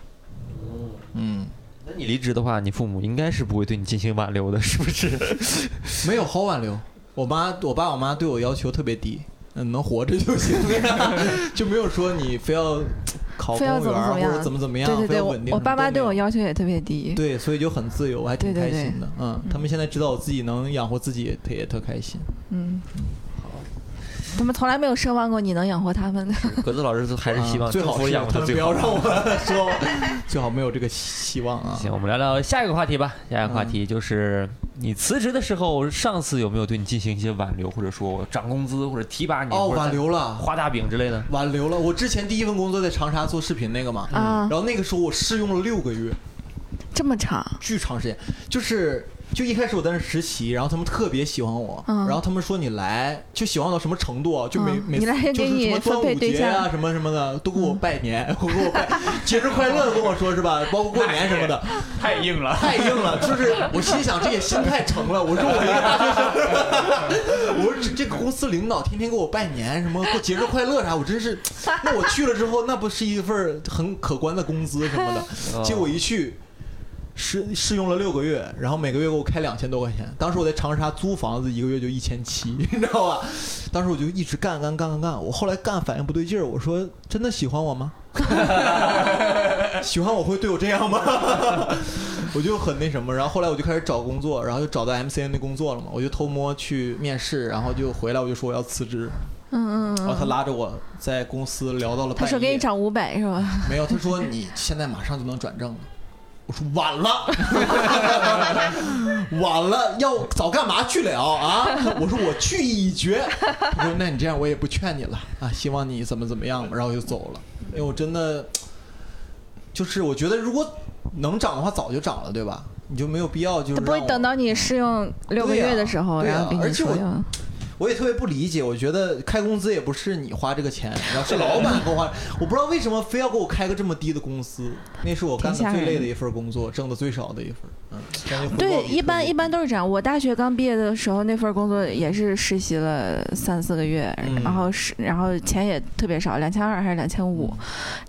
Speaker 7: 嗯。
Speaker 2: 那你离职的话，你父母应该是不会对你进行挽留的，是不是？
Speaker 7: 没有好挽留。我妈、我爸、我妈对我要求特别低，嗯，能活着就行， 就没有说你非要考
Speaker 3: 非
Speaker 7: 公
Speaker 3: 要
Speaker 7: 务
Speaker 3: 怎么怎么
Speaker 7: 员儿或
Speaker 3: 样
Speaker 7: 者怎么怎么样
Speaker 3: 对，对
Speaker 7: 非
Speaker 3: 对，
Speaker 7: 要
Speaker 3: 我
Speaker 7: 稳定。
Speaker 3: 我爸妈对我
Speaker 7: 要
Speaker 3: 要求也特别低。
Speaker 7: 对，所以就很自由，我还挺
Speaker 3: 对对
Speaker 7: 开
Speaker 3: 对
Speaker 7: 心的。嗯，他们现在知道我自己能养活自己，他也特开心。
Speaker 3: 嗯，他们从来没有奢望过你能养活他们的。
Speaker 2: 格子老师还是希望
Speaker 7: 啊最
Speaker 2: 祝
Speaker 7: 好
Speaker 2: 福
Speaker 7: 是
Speaker 2: 养活
Speaker 7: 他
Speaker 2: 得
Speaker 7: 们
Speaker 2: 最
Speaker 7: 不要
Speaker 2: 好
Speaker 7: 让我 说，最好没有这个希望啊。
Speaker 2: 行，我们聊聊下一个话题吧。下一个话题就是你辞职的时候，上司有没有对你进行一些挽留，或者说涨工资，或者提拔你，
Speaker 7: 哦，
Speaker 2: 或者
Speaker 7: 挽留
Speaker 2: 再
Speaker 7: 了，
Speaker 2: 画大饼之 类的？
Speaker 7: 挽留了。我之前第一份工作在长沙做视频那个嘛，
Speaker 3: 啊
Speaker 7: 然后那个时候我试用了六个月。
Speaker 3: 这么长，
Speaker 7: 巨长时间，就是就一开始我在那实习，然后他们特别喜欢我，
Speaker 3: 嗯
Speaker 7: 然后他们说你来就喜欢到什么程度啊？就每、
Speaker 3: 嗯
Speaker 7: 每
Speaker 3: 你来
Speaker 7: 就是
Speaker 3: 给你
Speaker 7: 什么端
Speaker 3: 分配
Speaker 7: 午
Speaker 3: 对
Speaker 7: 节啊
Speaker 3: 象嗯
Speaker 7: 什么什么的都给我拜年， 给我拜节日快乐跟我说是吧？包括过年什么的，
Speaker 4: 太硬了。
Speaker 7: 太硬了。就是我心想这也心太诚了，我说我一个大学生， 我说这这个公司领导天天给我拜年什么过节日快乐啥，我真是，那我去了之后那不是一份儿很可观的工资什么的。结果一去试试用了六个月，然后每个月给我开两千多块钱。当时我在长沙租房子，一个月就一千七， 你知道吧？当时我就一直干干干干干，我后来干反应不对劲儿，我说 真的喜欢我吗？喜欢我会对我这样吗？ 我就很那什么。然后后来我就开始找工作，然后就找到 MCN 的工作了嘛，我就偷摸去面试，然后就回来我就说我要辞职，
Speaker 3: 嗯嗯
Speaker 7: 然后他
Speaker 3: 嗯，
Speaker 7: 拉着我在公司聊到了半夜。
Speaker 3: 他说给你涨五百是吧？
Speaker 7: 没有，他说你现在马上就能转正了。我说晚了， 晚了，要早干嘛去了啊？我说我去已决。他说那你这样我也不劝你了啊，希望你怎么怎么样吧，然后我就走了。因为我真的就是我觉得如果能涨的话早就涨了，对吧？你就没有必要就是
Speaker 3: 他不会
Speaker 7: 让我
Speaker 3: 等到你试用六个
Speaker 7: 对呀
Speaker 3: 月的时候，
Speaker 7: 对呀啊
Speaker 3: 然后跟
Speaker 7: 而
Speaker 3: 你
Speaker 7: 且
Speaker 3: 说
Speaker 7: 我
Speaker 3: 用。
Speaker 7: 我也特别不理解，我觉得开工资也不是你花这个钱，然后是老板给我花，我不知道为什么非要给我开个这么低的工资，那是我干的
Speaker 5: 挺吓人
Speaker 7: 最
Speaker 5: 的
Speaker 7: 累的一份工作，挣的最少的一份，嗯，感觉回报
Speaker 3: 对，
Speaker 7: 比
Speaker 3: 一般一
Speaker 7: 特别
Speaker 3: 般都是这样。我大学刚毕业的时候，那份工作也是实习了三四个月，
Speaker 7: 嗯
Speaker 3: 然后是然后钱也特别少，两千二还是两千
Speaker 7: 嗯
Speaker 3: 五，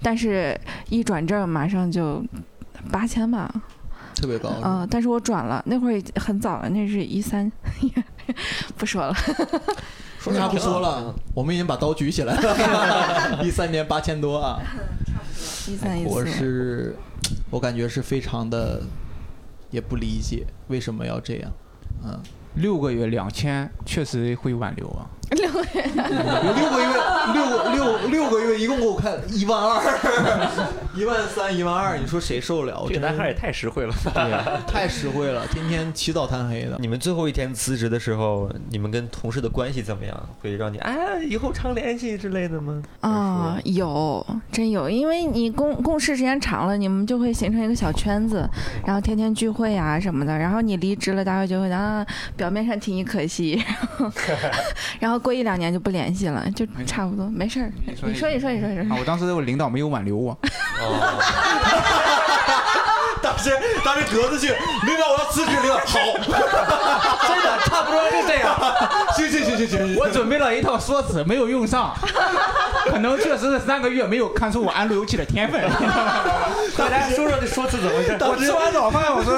Speaker 3: 但是一转正马上就八千吧，
Speaker 7: 特别高，
Speaker 3: 嗯、但是我转了，那会儿已经很早了，那是一三， 不说
Speaker 7: 哎
Speaker 3: 了，
Speaker 7: 说啥不说
Speaker 3: 嗯
Speaker 7: 了，我们已经把刀举起来了，一 三年八千多 啊，
Speaker 3: 一三一
Speaker 7: 我
Speaker 3: 四。
Speaker 7: 是我感觉是非常的也不理解为什么要这样，嗯，
Speaker 4: 六个月两千确实会挽留啊。
Speaker 7: 有六个月，六六六个月，一共给我看一万二，一万三，一万二，你说谁受得了？我
Speaker 8: 这
Speaker 7: 真
Speaker 8: 个男孩也
Speaker 7: 是
Speaker 8: 太实惠了吧！
Speaker 7: 太实惠了，天天起早贪黑的。
Speaker 2: 啊你们最后一天辞职的时候，你们跟同事的关系怎么样？会让你哎以后常联系之类的吗？
Speaker 3: 啊、有，真有，因为你共共事时间长了，你们就会形成一个小圈子，然后天天聚会啊什么的。然后你离职了，大家就会啊，表面上替你可惜，然后然后过一两年就不联系了，就差不多，没事儿。
Speaker 4: 你说
Speaker 3: 你说，你说，你说，你
Speaker 4: 啊
Speaker 3: 说，，
Speaker 4: 我当时我领导没有挽留我，
Speaker 6: 当时当时格子去，领导我要辞职，领导好，
Speaker 8: 真的差不多是这样。
Speaker 6: 行行行行行，
Speaker 4: 我准备了一套说辞，没有用上，可能确实是三个月没有看出我安路由器的天分。
Speaker 8: 大家说说这说辞怎么回事？
Speaker 4: 我吃完早饭，我说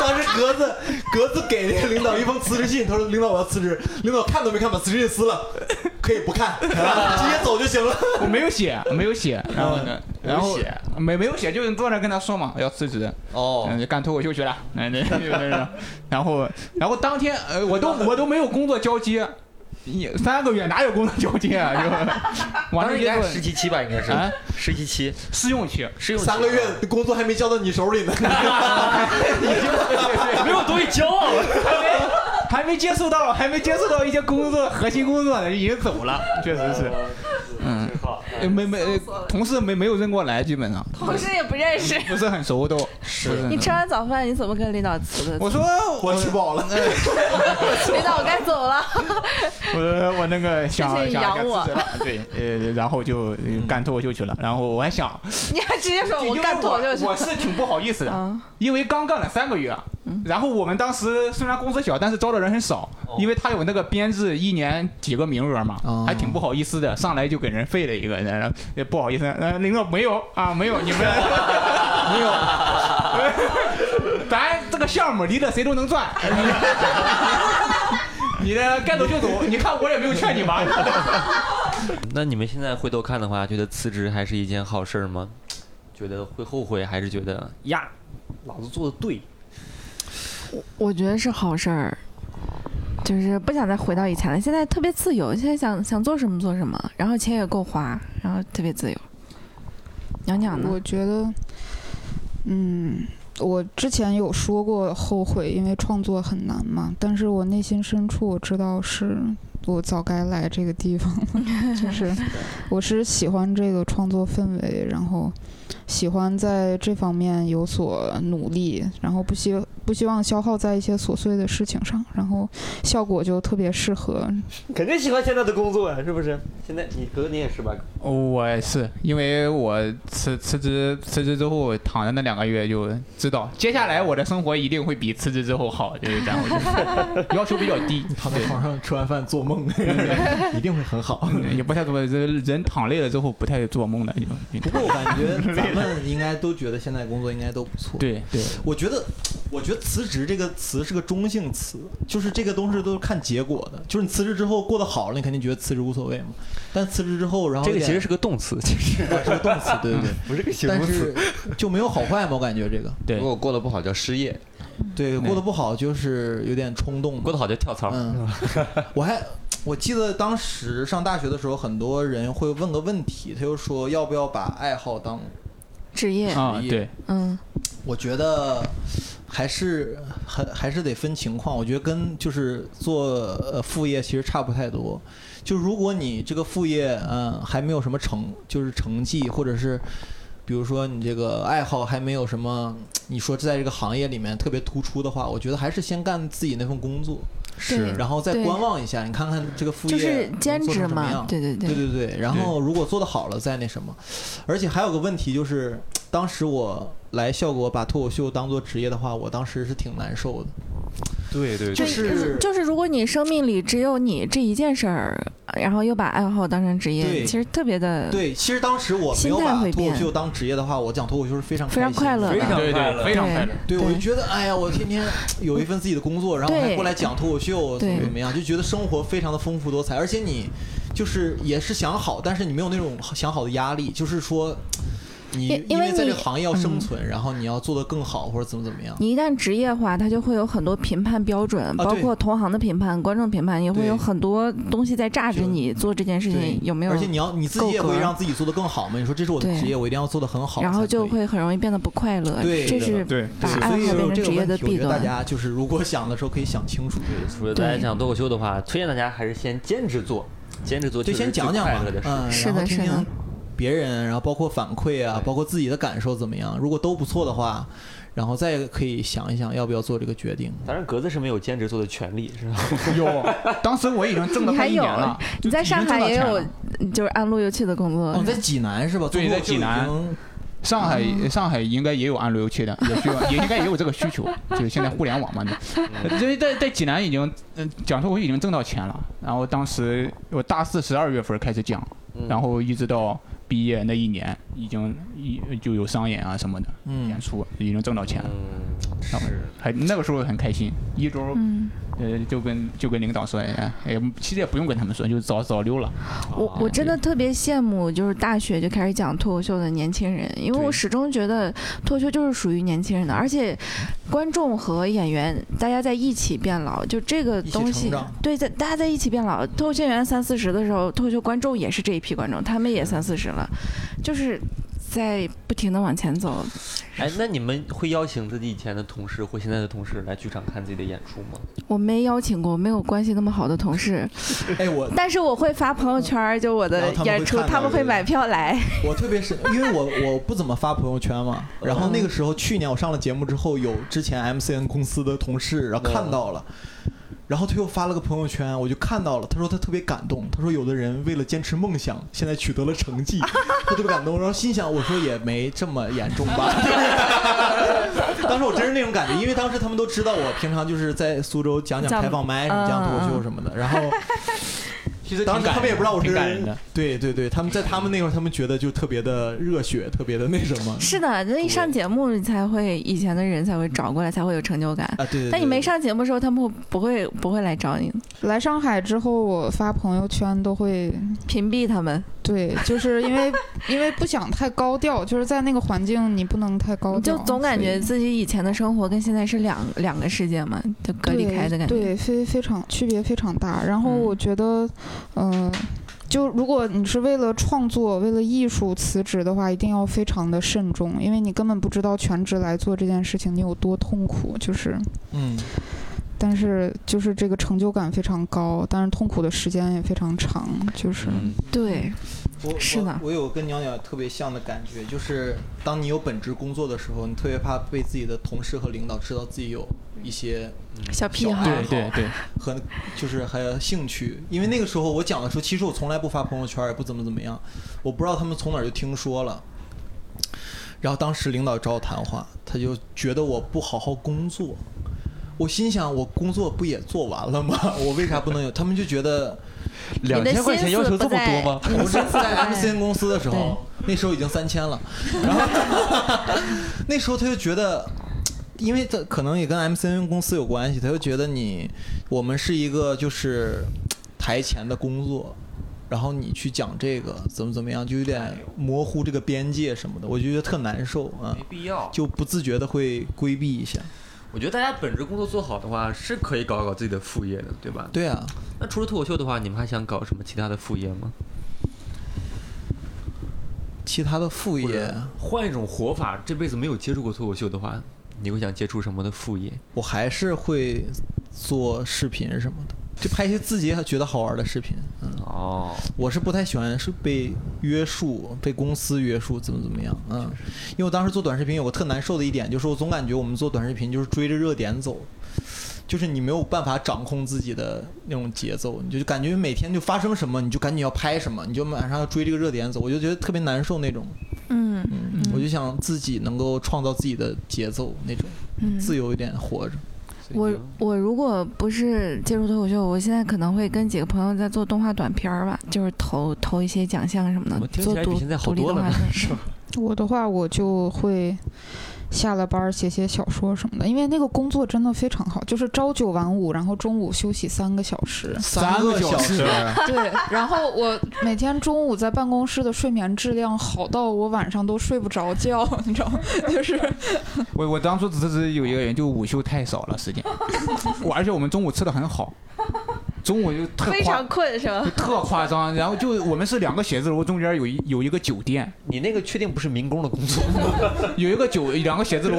Speaker 7: 当时格子格子给那个领导一封辞职信，他说：“领导，我要辞职。”领导看都没看，把辞职信撕了，可以不看，啊直接走就行了。
Speaker 4: 我没有写，没有写，然后呢，然后没没有写，就是坐那跟他说嘛，要辞职，
Speaker 7: 哦
Speaker 4: 嗯，就干脱口秀去了，嗯，对对对对然后然后当天呃，我都我都没有工作交接，一三个月哪有工作交接啊？就完
Speaker 2: 当
Speaker 4: 了
Speaker 2: 时应
Speaker 4: 就
Speaker 2: 该是实习期吧，应该是
Speaker 4: 啊，
Speaker 2: 实习期，
Speaker 4: 试用期，
Speaker 2: 试用期
Speaker 7: 三个月的工作还没交到你手里呢，
Speaker 8: 没有东西骄傲了。
Speaker 4: 还没接触到，还没接触到一些工作核心工作呢，已经走了，确实是，嗯，呃没没呃同事没没有认过来，基本上
Speaker 3: 同事也不认识。
Speaker 4: 不是很熟都，是
Speaker 3: 你吃完早饭，你怎么跟领导辞的？
Speaker 4: 我说
Speaker 7: 我吃饱了。
Speaker 3: 领导，我该走了。
Speaker 4: 我我那个想
Speaker 3: 谢谢你
Speaker 4: 想
Speaker 3: 养
Speaker 4: 一下辞
Speaker 3: 我
Speaker 4: 职了，对，呃，然后就呃干脱口秀去了。然后我还想，
Speaker 3: 你还直接说
Speaker 4: 因为
Speaker 3: 干脱口秀
Speaker 4: 我
Speaker 3: 去。
Speaker 4: 是嗯挺不好意思的，
Speaker 3: 啊，
Speaker 4: 因为刚干了三个月，啊然后我们当时虽然公司小，但是招的人很少，
Speaker 2: 哦
Speaker 4: 因为他有那个编制，一年几个名额嘛
Speaker 7: 哦，
Speaker 4: 还挺不好意思的，上来就给人废了一个人，然后也不好意思，呃，领导没有啊，没 有你们没有。咱这个项目离了谁都能赚，你的该走就走，你看我也没有劝你吧。
Speaker 2: 那你们现在回头看的话，觉得辞职还是一件好事儿吗？觉得会后悔，还是觉得呀，老子做的对？
Speaker 3: 我觉得是好事儿，就是不想再回到以前了。现在特别自由，现在想想做什么做什么，然后钱也够花，然后特别自由。娘娘呢？
Speaker 5: 我觉得，嗯，我之前有说过后悔，因为创作很难嘛。但是我内心深处我知道是我早该来这个地方了，就是我是喜欢这个创作氛围，然后喜欢在这方面有所努力，然后不希不希望消耗在一些琐碎的事情上，然后效果就特别适合
Speaker 8: 肯定喜欢现在的工作呀，是不是？现在你哥你也是吧？
Speaker 4: 哦我也是，因为我辞辞职辞职之后躺着那两个月就知道，接下来我的生活一定会比辞职之后好，就是这样，我觉得 要求比较低，
Speaker 7: 躺在床上吃完饭做 梦，一定会很好。
Speaker 4: 也不太多，这人躺累了之后不太做梦了，就
Speaker 7: 不过我感觉咱们应该都觉得现在工作应该都不错。
Speaker 4: 对对，
Speaker 7: 我觉得我觉得辞职这个词是个中性词，就是这个东西都是看结果的。就是你辞职之后过得好了，你肯定觉得辞职无所谓嘛。但辞职之后，然后
Speaker 2: 这个
Speaker 7: 有
Speaker 2: 其实
Speaker 7: 点
Speaker 2: 是个动词，其实
Speaker 7: 是个动词，对 对对。
Speaker 8: 不是个形
Speaker 7: 但是就没有好坏嘛，我感觉这个
Speaker 4: 对
Speaker 6: 如果过得不好叫失业，
Speaker 7: 对过得不好就是有点冲动嘛
Speaker 2: 嗯过。得好就跳槽。
Speaker 7: 嗯， 我还我记得当时上大学的时候，很多人会问个问题，他就说要不要把爱好当
Speaker 3: 职业，
Speaker 4: 啊，对，
Speaker 3: 嗯，
Speaker 7: 我觉得还是还还是得分情况。我觉得跟就是做呃副业其实差不太多。就如果你这个副业嗯还没有什么成就是成绩，或者是比如说你这个爱好还没有什么，你说在这个行业里面特别突出的话，我觉得还是先干自己那份工作，
Speaker 3: 对，
Speaker 7: 然后再
Speaker 3: 对
Speaker 7: 观望一下，你看看这个副业
Speaker 3: 嗯就是
Speaker 7: 能
Speaker 3: 兼
Speaker 7: 做成
Speaker 3: 职
Speaker 7: 什么
Speaker 3: 嘛
Speaker 7: 样，
Speaker 3: 对对
Speaker 7: 对
Speaker 3: 对，
Speaker 7: 对对，然后如果做得好了再那什么，而且还有个问题就是，当时我来效果把脱口秀当做职业的话，我当时是挺难受的。
Speaker 8: 对对
Speaker 7: 就
Speaker 3: 就是就是如果你生命里只有你这一件事儿，然后又把爱好当成职业，
Speaker 7: 对
Speaker 3: 其实特别的，
Speaker 7: 对，其实当时我没有
Speaker 3: 心态
Speaker 7: 把
Speaker 3: 会
Speaker 7: 脱口
Speaker 3: 变
Speaker 7: 秀当职业的话，我讲脱口秀是非常
Speaker 3: 非常
Speaker 7: 开心
Speaker 3: 快乐
Speaker 7: 的
Speaker 3: 的。
Speaker 4: 对对，非常快乐。
Speaker 7: 对，我就
Speaker 3: 对
Speaker 7: 觉得，哎呀，我天天有一份自己的工作，然后还
Speaker 3: 对
Speaker 7: 过来讲脱口秀，怎么
Speaker 3: 对
Speaker 7: 怎么样，就觉得生活非常的丰富多彩。而且你就是也是想好，但是你没有那种想好的压力，就是说你
Speaker 3: 因
Speaker 7: 因
Speaker 3: 因为
Speaker 7: 为在这个
Speaker 3: 你嗯
Speaker 7: 行业要生存，然后你要做得更好或者怎么怎么样。
Speaker 3: 你一旦职业化，它就会有很多评判标准，
Speaker 7: 啊对
Speaker 3: 包括同行的评判、观众评判，也会有
Speaker 7: 对
Speaker 3: 很多东西在榨着
Speaker 7: 就
Speaker 3: 你做这件事
Speaker 7: 对
Speaker 3: 情有没有
Speaker 7: 而，且你要你自己也
Speaker 3: 够格
Speaker 7: 会让自己做得更好嘛？你说这是我的
Speaker 3: 对
Speaker 7: 职业，我一定要做得很好才可以，
Speaker 3: 然后就会很容易变得不快乐。
Speaker 7: 对
Speaker 3: 这
Speaker 7: 的
Speaker 3: 是
Speaker 4: 对
Speaker 3: 把
Speaker 7: 对
Speaker 3: 爱好
Speaker 7: 所以
Speaker 3: 变
Speaker 7: 有
Speaker 3: 成
Speaker 7: 这个
Speaker 3: 职业
Speaker 7: 问
Speaker 3: 的
Speaker 7: 题，我
Speaker 3: 弊
Speaker 7: 觉得大
Speaker 3: 端。
Speaker 7: 家就是如果想的时候可以想清楚，
Speaker 2: 如果大家
Speaker 3: 对
Speaker 2: 想脱口秀的话，推荐大家还是先兼职做，兼职做
Speaker 7: 就
Speaker 2: 确实
Speaker 7: 先
Speaker 2: 是最
Speaker 7: 讲讲
Speaker 2: 快
Speaker 7: 嘛
Speaker 2: 乐的，事。
Speaker 7: 嗯，
Speaker 3: 是
Speaker 7: 然后
Speaker 3: 的
Speaker 7: 听
Speaker 3: 是的
Speaker 7: 听别人，然后包括反馈啊，
Speaker 2: 对
Speaker 7: 包括自己的感受怎么样，如果都不错的话，然后再可以想一想要不要做这个决定。
Speaker 3: 嗯
Speaker 2: 当然，格子是没有兼职做的权利，是吧？
Speaker 4: 有，当时我已经挣了
Speaker 3: 你
Speaker 4: 快
Speaker 3: 还
Speaker 4: 一年
Speaker 3: 有
Speaker 4: 了。
Speaker 3: 你在上海也有，就是按路由器的工作
Speaker 7: 哦，，在济南是吧？
Speaker 4: 对
Speaker 7: 做
Speaker 4: 在
Speaker 7: 过就
Speaker 4: 济南
Speaker 7: 已经
Speaker 4: 上海
Speaker 3: 哦
Speaker 4: 上海应该也有按路由 器的，也需要也应该也有这个需求，就是现在互联网嘛，
Speaker 3: 嗯
Speaker 4: 就所以在在济南已经嗯、讲脱口秀已经挣到钱了。然后当时我大四十二月份开始讲，
Speaker 3: 嗯
Speaker 4: 然后一直到毕业那一年，已经一就有商演啊什么的
Speaker 7: 嗯
Speaker 4: 演，出，已经挣到钱了。
Speaker 2: 嗯，
Speaker 4: 然后还那个时候很开心，一周
Speaker 3: 嗯，
Speaker 4: 呃就跟就跟领导说，哎哎，其实也不用跟他们说，就早早溜了。
Speaker 7: 哦
Speaker 3: 我我真的特别羡慕，就是大学就开始讲脱口秀的年轻人，因为
Speaker 4: 对
Speaker 3: 我始终觉得脱口秀就是属于年轻人的，而且观众和演员大家在一起变老，就这个
Speaker 7: 一起
Speaker 3: 东西
Speaker 7: 成长，
Speaker 3: 对，在大家在一起变老。脱口秀演员三四十的时候，脱口秀观众也是这一批观众，他们也三四十了，就是在不停的往前走。
Speaker 2: 哎，那你们会邀请自己以前的同事或现在的同事来剧场看自己的演出吗？
Speaker 3: 我没邀请过没有关系那么好的同事，
Speaker 7: 哎，我
Speaker 3: 但是我会发朋友圈儿，就我
Speaker 7: 然
Speaker 3: 的
Speaker 7: 后他们会
Speaker 3: 演出，
Speaker 7: 看到
Speaker 3: 他们会
Speaker 7: 对
Speaker 3: 买票来。
Speaker 7: 我特别是因为我我不怎么发朋友圈嘛，然后那个时候去年我上了节目之后，有之前 MCN 公司的同事然后看到了。然后他又发了个朋友圈，我就看到了。他说他特别感动，他说有的人为了坚持梦想，现在取得了成绩，他特别感动。然后心想，我说也没这么严重吧。 当时我真是那种感觉，因为当时他们都知道我平常就是在苏州讲讲
Speaker 3: 讲
Speaker 7: 开放麦什么、讲脱口秀什么的。然后
Speaker 4: 其实
Speaker 7: 当时他们也不知道我是
Speaker 4: 挺感人的，
Speaker 7: 对对对，他们在他们那会儿，他们觉得就特别的热血，特别的那什么。
Speaker 3: 是的，那一上节目你才会，以前的人才会找过来，才会有成就感。
Speaker 7: 啊，对对对。
Speaker 3: 但你没上节目的时候，他们会不会不会来找你，
Speaker 5: 来上海之后，我发朋友圈都会
Speaker 3: 屏蔽他们，
Speaker 5: 对，就是 因为因为不想太高调，就是在那个环境你不能太高
Speaker 3: 你
Speaker 5: 调，
Speaker 3: 就总感觉
Speaker 5: 所以
Speaker 3: 自己以前的生活跟现在是两两个世界嘛，就隔离开的感觉。
Speaker 5: 对，对非非常区别非常大。然后我觉得，嗯、就如果你是为了创作、为了艺术辞职的话，一定要非常的慎重，因为你根本不知道全职来做这件事情你有多痛苦。就是，
Speaker 7: 嗯，
Speaker 5: 但是就是这个成就感非常高，但是痛苦的时间也非常长，就是。
Speaker 3: 嗯
Speaker 7: 嗯
Speaker 3: 对
Speaker 7: 我
Speaker 3: 是的
Speaker 7: 我我有跟鸟鸟特别像的感觉，就是当你有本职工作的时候，你特别怕被自己的同事和领导知道自己有一些
Speaker 3: 小屁
Speaker 7: 小
Speaker 3: 孩
Speaker 7: 爱
Speaker 3: 儿
Speaker 4: 对对对，
Speaker 7: 和就是还有兴趣，因为那个时候我讲的时候，其实我从来不发朋友圈，也不怎么怎么样，我不知道他们从哪儿就听说了。然后当时领导找我谈话，他就觉得我不好好工作，我心想我工作不也做完了吗？ 我为啥不能有？他们就觉得
Speaker 3: 你
Speaker 8: 两
Speaker 3: 的
Speaker 8: 千块钱
Speaker 3: 心
Speaker 8: 要
Speaker 3: 思
Speaker 8: 求这
Speaker 3: 不
Speaker 8: 么多
Speaker 3: 在，
Speaker 8: 吗？
Speaker 3: 你
Speaker 7: 我
Speaker 3: 的
Speaker 7: 嗯是
Speaker 3: 心思不
Speaker 7: 在
Speaker 3: 在
Speaker 7: MCN 公司的时 候，那时候已经三千了，然后那时候他就觉得因为这可能也跟 MCN 公司有关系，他就觉得你我们是一个就是台前的工作，然后你去讲这个怎么怎么样，就有点模糊这个边界什么的，我就觉得特难受啊
Speaker 9: 没，必要。
Speaker 7: 就不自觉的会规避一下。
Speaker 9: 我觉得大家本职工作做好的话，是可以搞一搞自己的副业的，对吧？
Speaker 7: 对啊，
Speaker 2: 那除了脱口秀的话，你们还想搞什么其他的副业吗？
Speaker 7: 其他的副
Speaker 9: 或
Speaker 7: 业
Speaker 9: 者换一种活法，这辈子没有接触过脱口秀的话，你会想接触什么的副业？
Speaker 7: 我还是会做视频什么的，就拍一些自己觉得好玩的视频。嗯，
Speaker 2: 哦，
Speaker 7: 我是不太喜欢是被约束、被公司约束怎么怎么样，嗯，因为我当时做短视频有个特难受的一点，就是我总感觉我们做短视频就是追着热点走，就是你没有办法掌控自己的那种节奏，你就感觉每天就发生什么你就赶紧要拍什么，你就马上要追这个热点走，我就觉得特别难受那种，
Speaker 3: 嗯
Speaker 7: 嗯，我就想自己能够创造自己的节奏那种，
Speaker 3: 嗯，
Speaker 7: 自由一点活着。。
Speaker 3: 我我如果不是接触脱口秀，我现在可能会跟几个朋友在做动画短片儿吧，就是投投一些奖项什么
Speaker 2: 怎么
Speaker 3: 的，
Speaker 2: 听
Speaker 3: 做
Speaker 2: 起来
Speaker 3: 独
Speaker 2: 比现在好
Speaker 3: 独立
Speaker 2: 多
Speaker 3: 动
Speaker 2: 了
Speaker 3: 画
Speaker 2: 呢
Speaker 3: 片？
Speaker 2: 是吧？
Speaker 5: 我的话，我就会下了班儿写写小说什么的，因为那个工作真的非常好，就是朝九晚五，然后中午休息三个小时
Speaker 7: 三
Speaker 4: 个
Speaker 7: 小
Speaker 4: 时，
Speaker 5: 对，然后我每天中午在办公室的睡眠质量好到我晚上都睡不着觉，你知道吗？ 就是
Speaker 4: 我我当初辞职有一个人，就午休太少了时间， 我而且我们中午吃的很好，中午就 特
Speaker 3: 非
Speaker 4: 夸
Speaker 3: 常困是吧
Speaker 4: 就？特夸张，然后就我们是两个写字楼中间有一有一个酒店，
Speaker 2: 你那个确定不是民工的工作？
Speaker 4: 有一个酒两个写字楼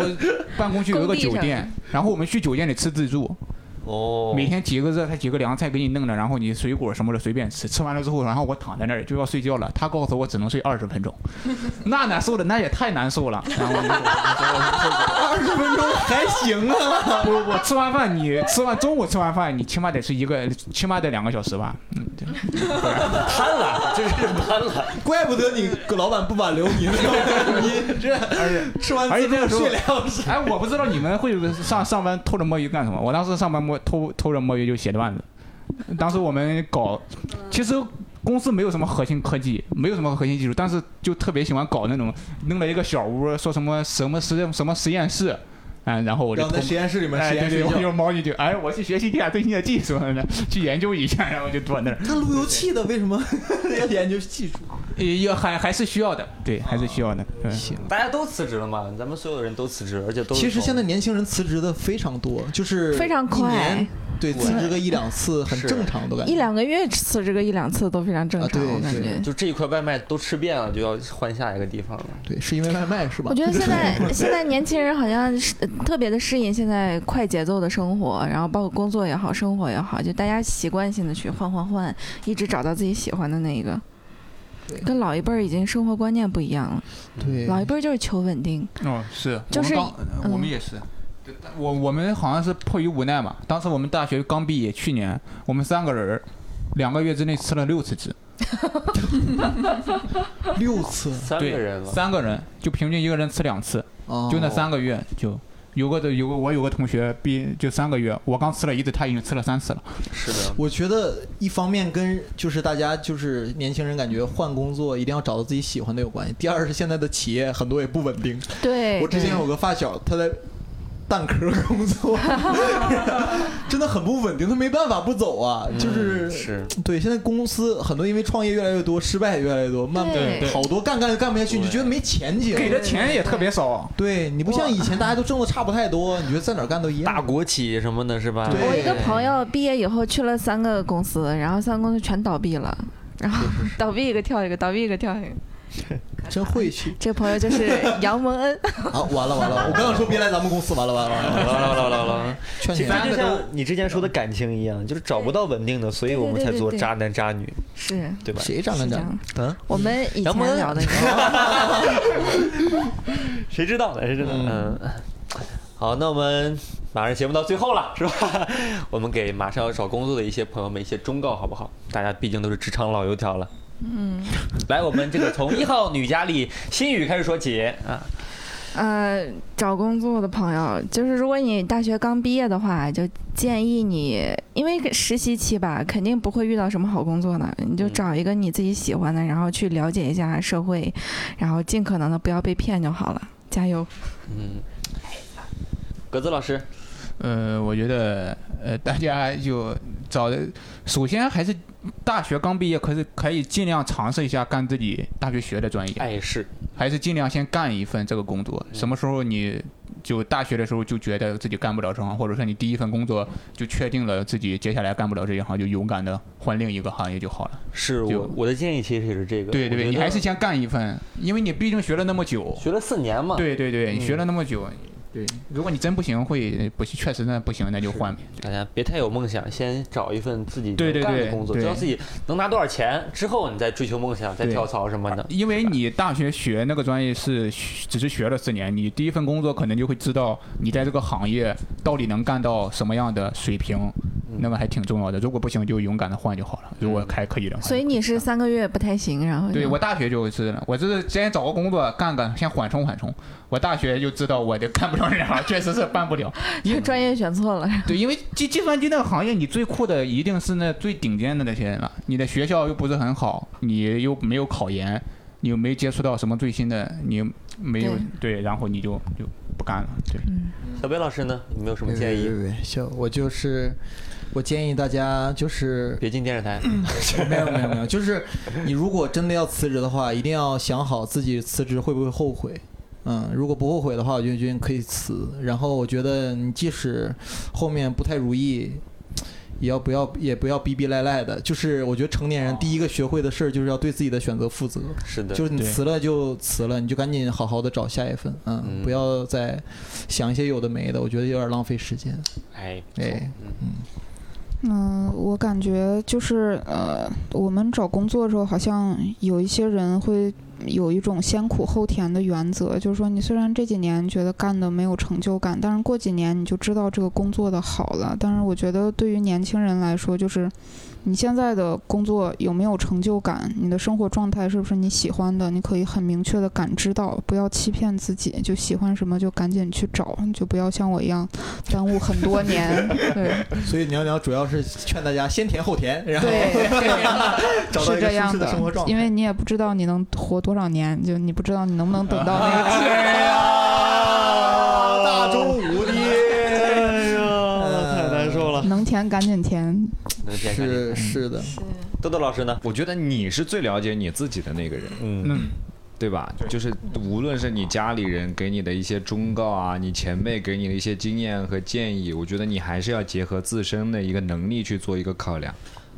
Speaker 4: 办公区有一个酒
Speaker 3: 工地
Speaker 4: 店，然后我们去酒店里吃自助，
Speaker 2: 哦
Speaker 4: 每天几个热菜几个凉菜给你弄了，然后你水果什么的随便吃，吃完了之后，然后我躺在那儿就要睡觉了，他告诉我只能睡二十分钟， 那难受的那也太难受了，然后我就
Speaker 7: 二十分钟还行啊，
Speaker 4: 不不不，吃完饭你吃完中午吃完饭，你起码得是一个，起码得两个小时吧。嗯，对，
Speaker 2: 贪婪，真是 贪婪。
Speaker 7: 怪不得你老板不挽留你呢，你这吃完
Speaker 4: 而且
Speaker 7: 自
Speaker 4: 那个
Speaker 7: 助
Speaker 4: 时候
Speaker 7: 睡两小时。
Speaker 4: 哎，我不知道你们会上上班偷着摸鱼干什么。我当时上班摸偷偷着摸鱼就写段子。当时我们搞，其实公司没有什么核心科技，没有什么核心技术，但是就特别喜欢搞那种弄了一个小屋，说什么什么实验什么实验室， 嗯，然后我就
Speaker 7: 然后在
Speaker 4: 偷
Speaker 7: 实验室里面
Speaker 4: 哎，
Speaker 7: 实
Speaker 4: 对
Speaker 7: 验
Speaker 4: 对，
Speaker 7: 睡
Speaker 4: 我
Speaker 7: 觉。
Speaker 4: 就猫进去，哎，我去学习一下最新的技术， 去研究一下，然后就坐那儿。
Speaker 7: 那路由器的为什么 要研究技术？
Speaker 4: 也也还还是需要的，对，还是需要的。嗯，
Speaker 2: 大家都辞职了嘛，咱们所有人都辞职，而且都是
Speaker 7: 其实
Speaker 2: 从
Speaker 7: 现在年轻人辞职的非常多，就是
Speaker 3: 非常
Speaker 7: 一年
Speaker 3: 快，
Speaker 7: 对，辞职个一两次很
Speaker 2: 是
Speaker 7: 正常的感 觉。
Speaker 3: 一两个月辞这个一两次都非常正
Speaker 7: 啊
Speaker 3: 常，
Speaker 7: 对
Speaker 3: 我感
Speaker 7: 对
Speaker 3: 觉。
Speaker 2: 就这一块外卖都吃遍了，就要换下一个地方了。
Speaker 7: 对，是因为外卖是吧？
Speaker 3: 我觉得 现在现在年轻人好像是呃特别的适应现在快节奏的生活，然后包括工作也好，生活也好，就大家习惯性的去换换换，一直找到自己喜欢的那一个
Speaker 7: 对。
Speaker 3: 跟老一辈儿已经生活观念不一样了，
Speaker 7: 对，
Speaker 3: 老一辈儿就是求稳定，
Speaker 4: 哦，是，
Speaker 3: 就是
Speaker 4: 我们刚呃
Speaker 3: 嗯
Speaker 4: 我们也是。对我我们好像是迫于无奈嘛，当时我们大学刚毕业，去年我们三个人儿，两个月之内吃了六次鸡，
Speaker 7: 六次
Speaker 2: 三个
Speaker 4: 对
Speaker 2: 人了，
Speaker 4: 三个人就平均一个人吃两次，
Speaker 7: 啊，
Speaker 4: 就那三个月就有个有个我有个同学毕就三个月，我刚吃了一次，他已经吃了三次了。
Speaker 2: 是的，
Speaker 7: 我觉得一方面跟就是大家就是年轻人感觉换工作一定要找到自己喜欢的有关系。第二是现在的企业很多也不稳定，
Speaker 3: 对
Speaker 7: 我之前有个发小，他在蛋壳 工作，真的很不稳定，他没办法不走啊。就是、
Speaker 2: 嗯是
Speaker 7: 对，现在公司很多因为创业越来越多，失败也越来越多，慢慢
Speaker 3: 对
Speaker 4: 对
Speaker 7: 好多干干着干不下去，你就觉得没前景。
Speaker 4: 给的钱也特别少，啊
Speaker 7: 对你不像以前大家都挣的差不太多，你觉得在哪儿干都一
Speaker 2: 大
Speaker 7: 样。
Speaker 2: 国企什么的，是吧？
Speaker 7: 对
Speaker 3: 我一个朋友毕业以后去了三个公司，然后三个公司全倒闭了，然后倒闭一个跳一个，倒闭一个跳一个。
Speaker 7: 真晦 气
Speaker 3: 这个朋友就是杨蒙恩，
Speaker 7: 啊！完了完了，我刚想说别来咱们公司，完了完了完
Speaker 2: 啦啦啦
Speaker 7: 了，
Speaker 2: 啦 啦！
Speaker 7: 劝
Speaker 8: 其
Speaker 7: 你
Speaker 8: 实
Speaker 7: 们。
Speaker 8: 就像你之前说的感情一样，就是找不到稳定的，所以我们才做渣男渣女，
Speaker 3: 是
Speaker 8: 对吧？
Speaker 7: 谁站
Speaker 3: 是
Speaker 7: 跟
Speaker 3: 这
Speaker 7: 站？
Speaker 3: 样。
Speaker 7: 嗯，
Speaker 3: 我们以
Speaker 2: 杨蒙
Speaker 3: 前
Speaker 2: 恩
Speaker 3: 聊的一个，
Speaker 8: 谁知道呢？谁知道呢？
Speaker 2: 嗯， 好，那我们马上节目到最后了，是吧？ 我们给马上要找工作的一些朋友们一些忠告，好不好？大家毕竟都是职场老油条了。嗯，来，我们这个从一号女佳丽心语开始说起啊。
Speaker 3: 呃，找工作的朋友，就是如果你大学刚毕业的话，就建议你，因为实习期吧，肯定不会遇到什么好工作的，你就
Speaker 2: 嗯
Speaker 3: 找一个你自己喜欢的，然后去了解一下社会，然后尽可能的不要被骗就好了。加油！
Speaker 2: 嗯，格子老师，
Speaker 4: 呃，我觉得呃，大家就找，首先还是大学刚毕业，可是可以尽量尝试一下干自己大学学的专业，
Speaker 2: 哎是，
Speaker 4: 还是尽量先干一份这个工作。
Speaker 2: 嗯
Speaker 4: 什么时候你就大学的时候就觉得自己干不了这行，或者说你第一份工作就确定了自己接下来干不了这一行，就勇敢的换另一个行业就好了。
Speaker 2: 是
Speaker 4: 就
Speaker 2: 我我的建议其实也是这个，
Speaker 4: 对对
Speaker 2: 我
Speaker 4: 对，
Speaker 2: 觉
Speaker 4: 你
Speaker 2: 得
Speaker 4: 还是先干一份，因为你毕竟学了那么久。
Speaker 2: 学了四年嘛，
Speaker 4: 对对对，你学
Speaker 2: 嗯
Speaker 4: 了那么久，对，如果你真不行，会不确实那不行，那就是换呗。
Speaker 2: 大家别太有梦想，先找一份自己
Speaker 4: 对
Speaker 2: 能
Speaker 4: 对
Speaker 2: 干的
Speaker 4: 对
Speaker 2: 工作，
Speaker 4: 对
Speaker 2: 知道自己能拿多少钱，之后你再追求梦想，再
Speaker 4: 对
Speaker 2: 跳槽什么的。
Speaker 4: 因为你大学学那个专业是学只是学了四年，你第一份工作可能就会知道你在这个行业到底能干到什么样的水平，
Speaker 2: 嗯
Speaker 4: 那个还挺重要的。如果不行，就勇敢的换就好了。如果还可以的话，
Speaker 3: 所以你是嗯三个月不太行，然后
Speaker 4: 对
Speaker 3: 就
Speaker 4: 我大学就是了，我就是先找个工作干干，先缓冲缓冲。我大学就知道我这干不了这行，确实是办不了。因
Speaker 3: 专业选错了，
Speaker 4: 对，因为计计算机那个行业，你最酷的一定是那最顶尖的那些人了。你的学校又不是很好，你又没有考研，你又没接触到什么最新的，你又没有对然后你就就不干了。对，
Speaker 2: 小北老师呢，有没有什么
Speaker 7: 对
Speaker 2: 建
Speaker 7: 对
Speaker 2: 议？
Speaker 7: 对，行，我就是，我建议大家就是
Speaker 2: 别进电视台，
Speaker 7: 嗯 没有没有没有，就是你如果真的要辞职的话，一定要想好自己辞职会不会后悔。嗯，如果不后悔的话，我就觉得你可以辞。然后我觉得你即使后面不太如意，也要不要也不要逼逼赖赖的。就是我觉得成年
Speaker 2: 哦
Speaker 7: 人第一个学会的事儿就是要对自己的选择负责。
Speaker 2: 是的，
Speaker 7: 就是你
Speaker 4: 对
Speaker 7: 辞了就辞了，你就赶紧好好的找下一份，嗯，
Speaker 2: 嗯
Speaker 7: 不要再想一些有的没的，我觉得有点浪费时间。
Speaker 2: 哎，
Speaker 7: 哎，
Speaker 5: 嗯、我感觉就是呃，我们找工作的时候，好像有一些人会有一种先苦后甜的原则，就是说，你虽然这几年觉得干的没有成就感，但是过几年你就知道这个工作的好了。但是我觉得对于年轻人来说，就是你现在的工作有没有成就感，你的生活状态是不是你喜欢的，你可以很明确的感知到，不要欺骗自己，就喜欢什么就赶紧去找，就不要像我一样耽误很多年。 对。
Speaker 7: 所以娘娘主要是劝大家先甜后甜，然后
Speaker 5: 对
Speaker 7: 找到
Speaker 5: 是
Speaker 7: 一个
Speaker 5: 这
Speaker 7: 舒
Speaker 5: 样
Speaker 7: 适的生活状态。
Speaker 5: 因为你也不知道你能活多少年，就你不知道你能不能等到那 个天。
Speaker 1: 哎
Speaker 7: 啊，大中午
Speaker 2: 嗯
Speaker 7: 的，哎呀，太难受了。
Speaker 5: 能填赶紧填，
Speaker 2: 呃能见看见。
Speaker 7: 是是的，
Speaker 5: 嗯
Speaker 2: 豆豆老师呢？
Speaker 1: 我觉得你是最了解你自己的那个人，
Speaker 2: 嗯，
Speaker 4: 嗯，
Speaker 1: 对吧？就是无论是你家里人给你的一些忠告啊，你前辈给你的一些经验和建议，我觉得你还是要结合自身的一个能力去做一个考量。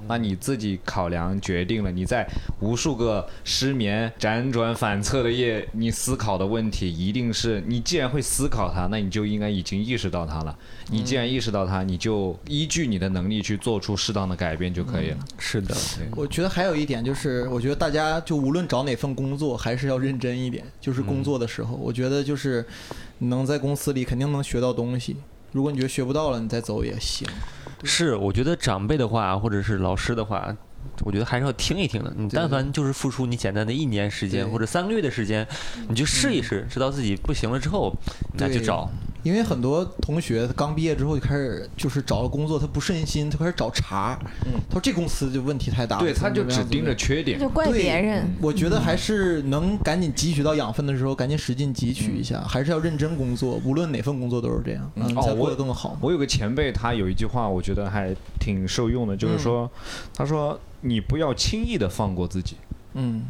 Speaker 1: 那你自己考量决定了，你在无数个失眠、辗转反侧的夜，你思考的问题一定是你既然会思考它，那你就应该已经意识到它了。你既然意识到它，你就依据你的能力去做出适当的改变就可以了。
Speaker 7: 嗯
Speaker 2: 是的，
Speaker 7: 我觉得还有一点就是，我觉得大家就无论找哪份工作，还是要认真一点。
Speaker 2: 嗯
Speaker 7: 就是工作的时候，我觉得就是能在公司里肯定能学到东西。如果你觉得学不到了，你再走也行。
Speaker 2: 是，我觉得长辈的话或者是老师的话。我觉得还是要听一听的。你但凡就是付出你简单的一年时间
Speaker 7: 对嗯
Speaker 2: 或者三个月的时间，你去试一试，直到自己不行了之后，你再去
Speaker 7: 对
Speaker 2: 找。
Speaker 7: 因为很多同学刚毕业之后就开始就是找了工作，他不顺心，他开始找茬儿。他说这公司就问题太大了，
Speaker 1: 嗯对，他就
Speaker 7: 怎么怎
Speaker 1: 只
Speaker 7: 么样
Speaker 1: 盯着嗯缺点。
Speaker 3: 就怪
Speaker 7: 对
Speaker 3: 别人。嗯
Speaker 7: 我觉得还是能赶紧汲取到养分的时候，赶紧使劲汲取一下，还是要认真工作，无论哪份工作都是这样，
Speaker 1: 嗯
Speaker 7: 嗯，你
Speaker 1: 哦
Speaker 7: 才
Speaker 1: 我
Speaker 7: 过得更好。
Speaker 1: 我有个前辈，他有一句话，我觉得还挺受用的，
Speaker 7: 嗯
Speaker 1: 就是说，他说你不要轻易的放过自己，
Speaker 7: 嗯，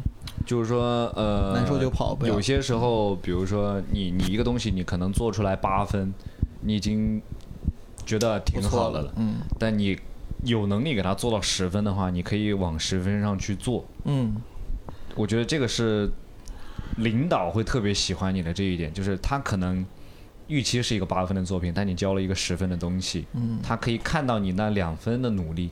Speaker 1: 就是说，呃，
Speaker 7: 难受就跑，不要
Speaker 1: 有。些时候，比如说你你一个东西，你可能做出来八分，你已经觉得
Speaker 7: 不
Speaker 1: 挺
Speaker 7: 错
Speaker 1: 好的了，
Speaker 7: 嗯
Speaker 1: 但你有能力给它做到十分的话，你可以往十分上去做。
Speaker 7: 嗯，
Speaker 1: 我觉得这个是领导会特别喜欢你的这一点，就是他可能预期是一个八分的作品，但你交了一个十分的东西，
Speaker 7: 嗯
Speaker 1: 他可以看到你那两分的努力，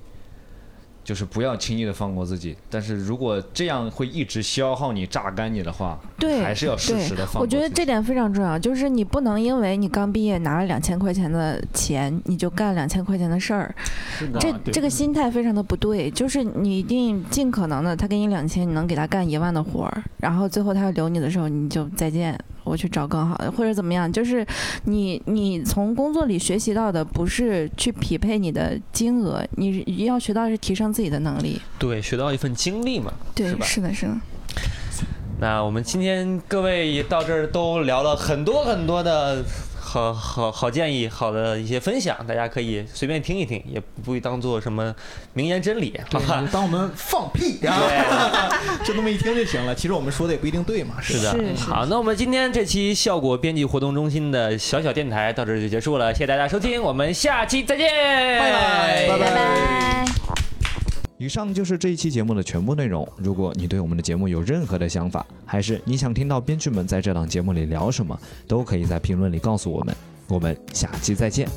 Speaker 1: 就是不要轻易的放过自己。但是如果这样会一直消耗你、榨干你的话，
Speaker 3: 对
Speaker 1: 还是要适时的放过
Speaker 3: 我觉得
Speaker 1: 自己
Speaker 3: 这点非常重要，就是你不能因为你刚毕业拿了两千块钱的钱，你就干两千块钱的事儿，这
Speaker 4: 啊对
Speaker 3: 这个心态非常的不对。就是你一定尽可能的，他给你两千，你能给他干一万的活儿，然后最后他要留你的时候，你就再见，我去找更好的，或者怎么样。就是你你从工作里学习到的不是去匹配你的金额，你要学到是提升自己的能力。
Speaker 2: 对，学到一份经历嘛。
Speaker 3: 对
Speaker 2: 是，吧
Speaker 3: 是的，是的。
Speaker 2: 那我们今天各位到这儿都聊了很多很多的好好好建议，好的一些分享，大家可以随便听一听，也不会当做什么名言真理，好吧
Speaker 7: 对，？当我们 放屁， 然后就那么一听就行了。其实我们说的也不一定对嘛。
Speaker 2: 是的，
Speaker 7: 吧
Speaker 3: 是是
Speaker 2: 好，那我们今天这期效果编辑活动中心的小小电台到这儿就结束了，谢谢大家收听，我们下期再见，拜
Speaker 7: 拜拜
Speaker 3: 拜拜。
Speaker 10: 以上就是这一期节目的全部内容。如果你对我们的节目有任何的想法，还是你想听到编剧们在这档节目里聊什么，都可以在评论里告诉我们。我们下期再见。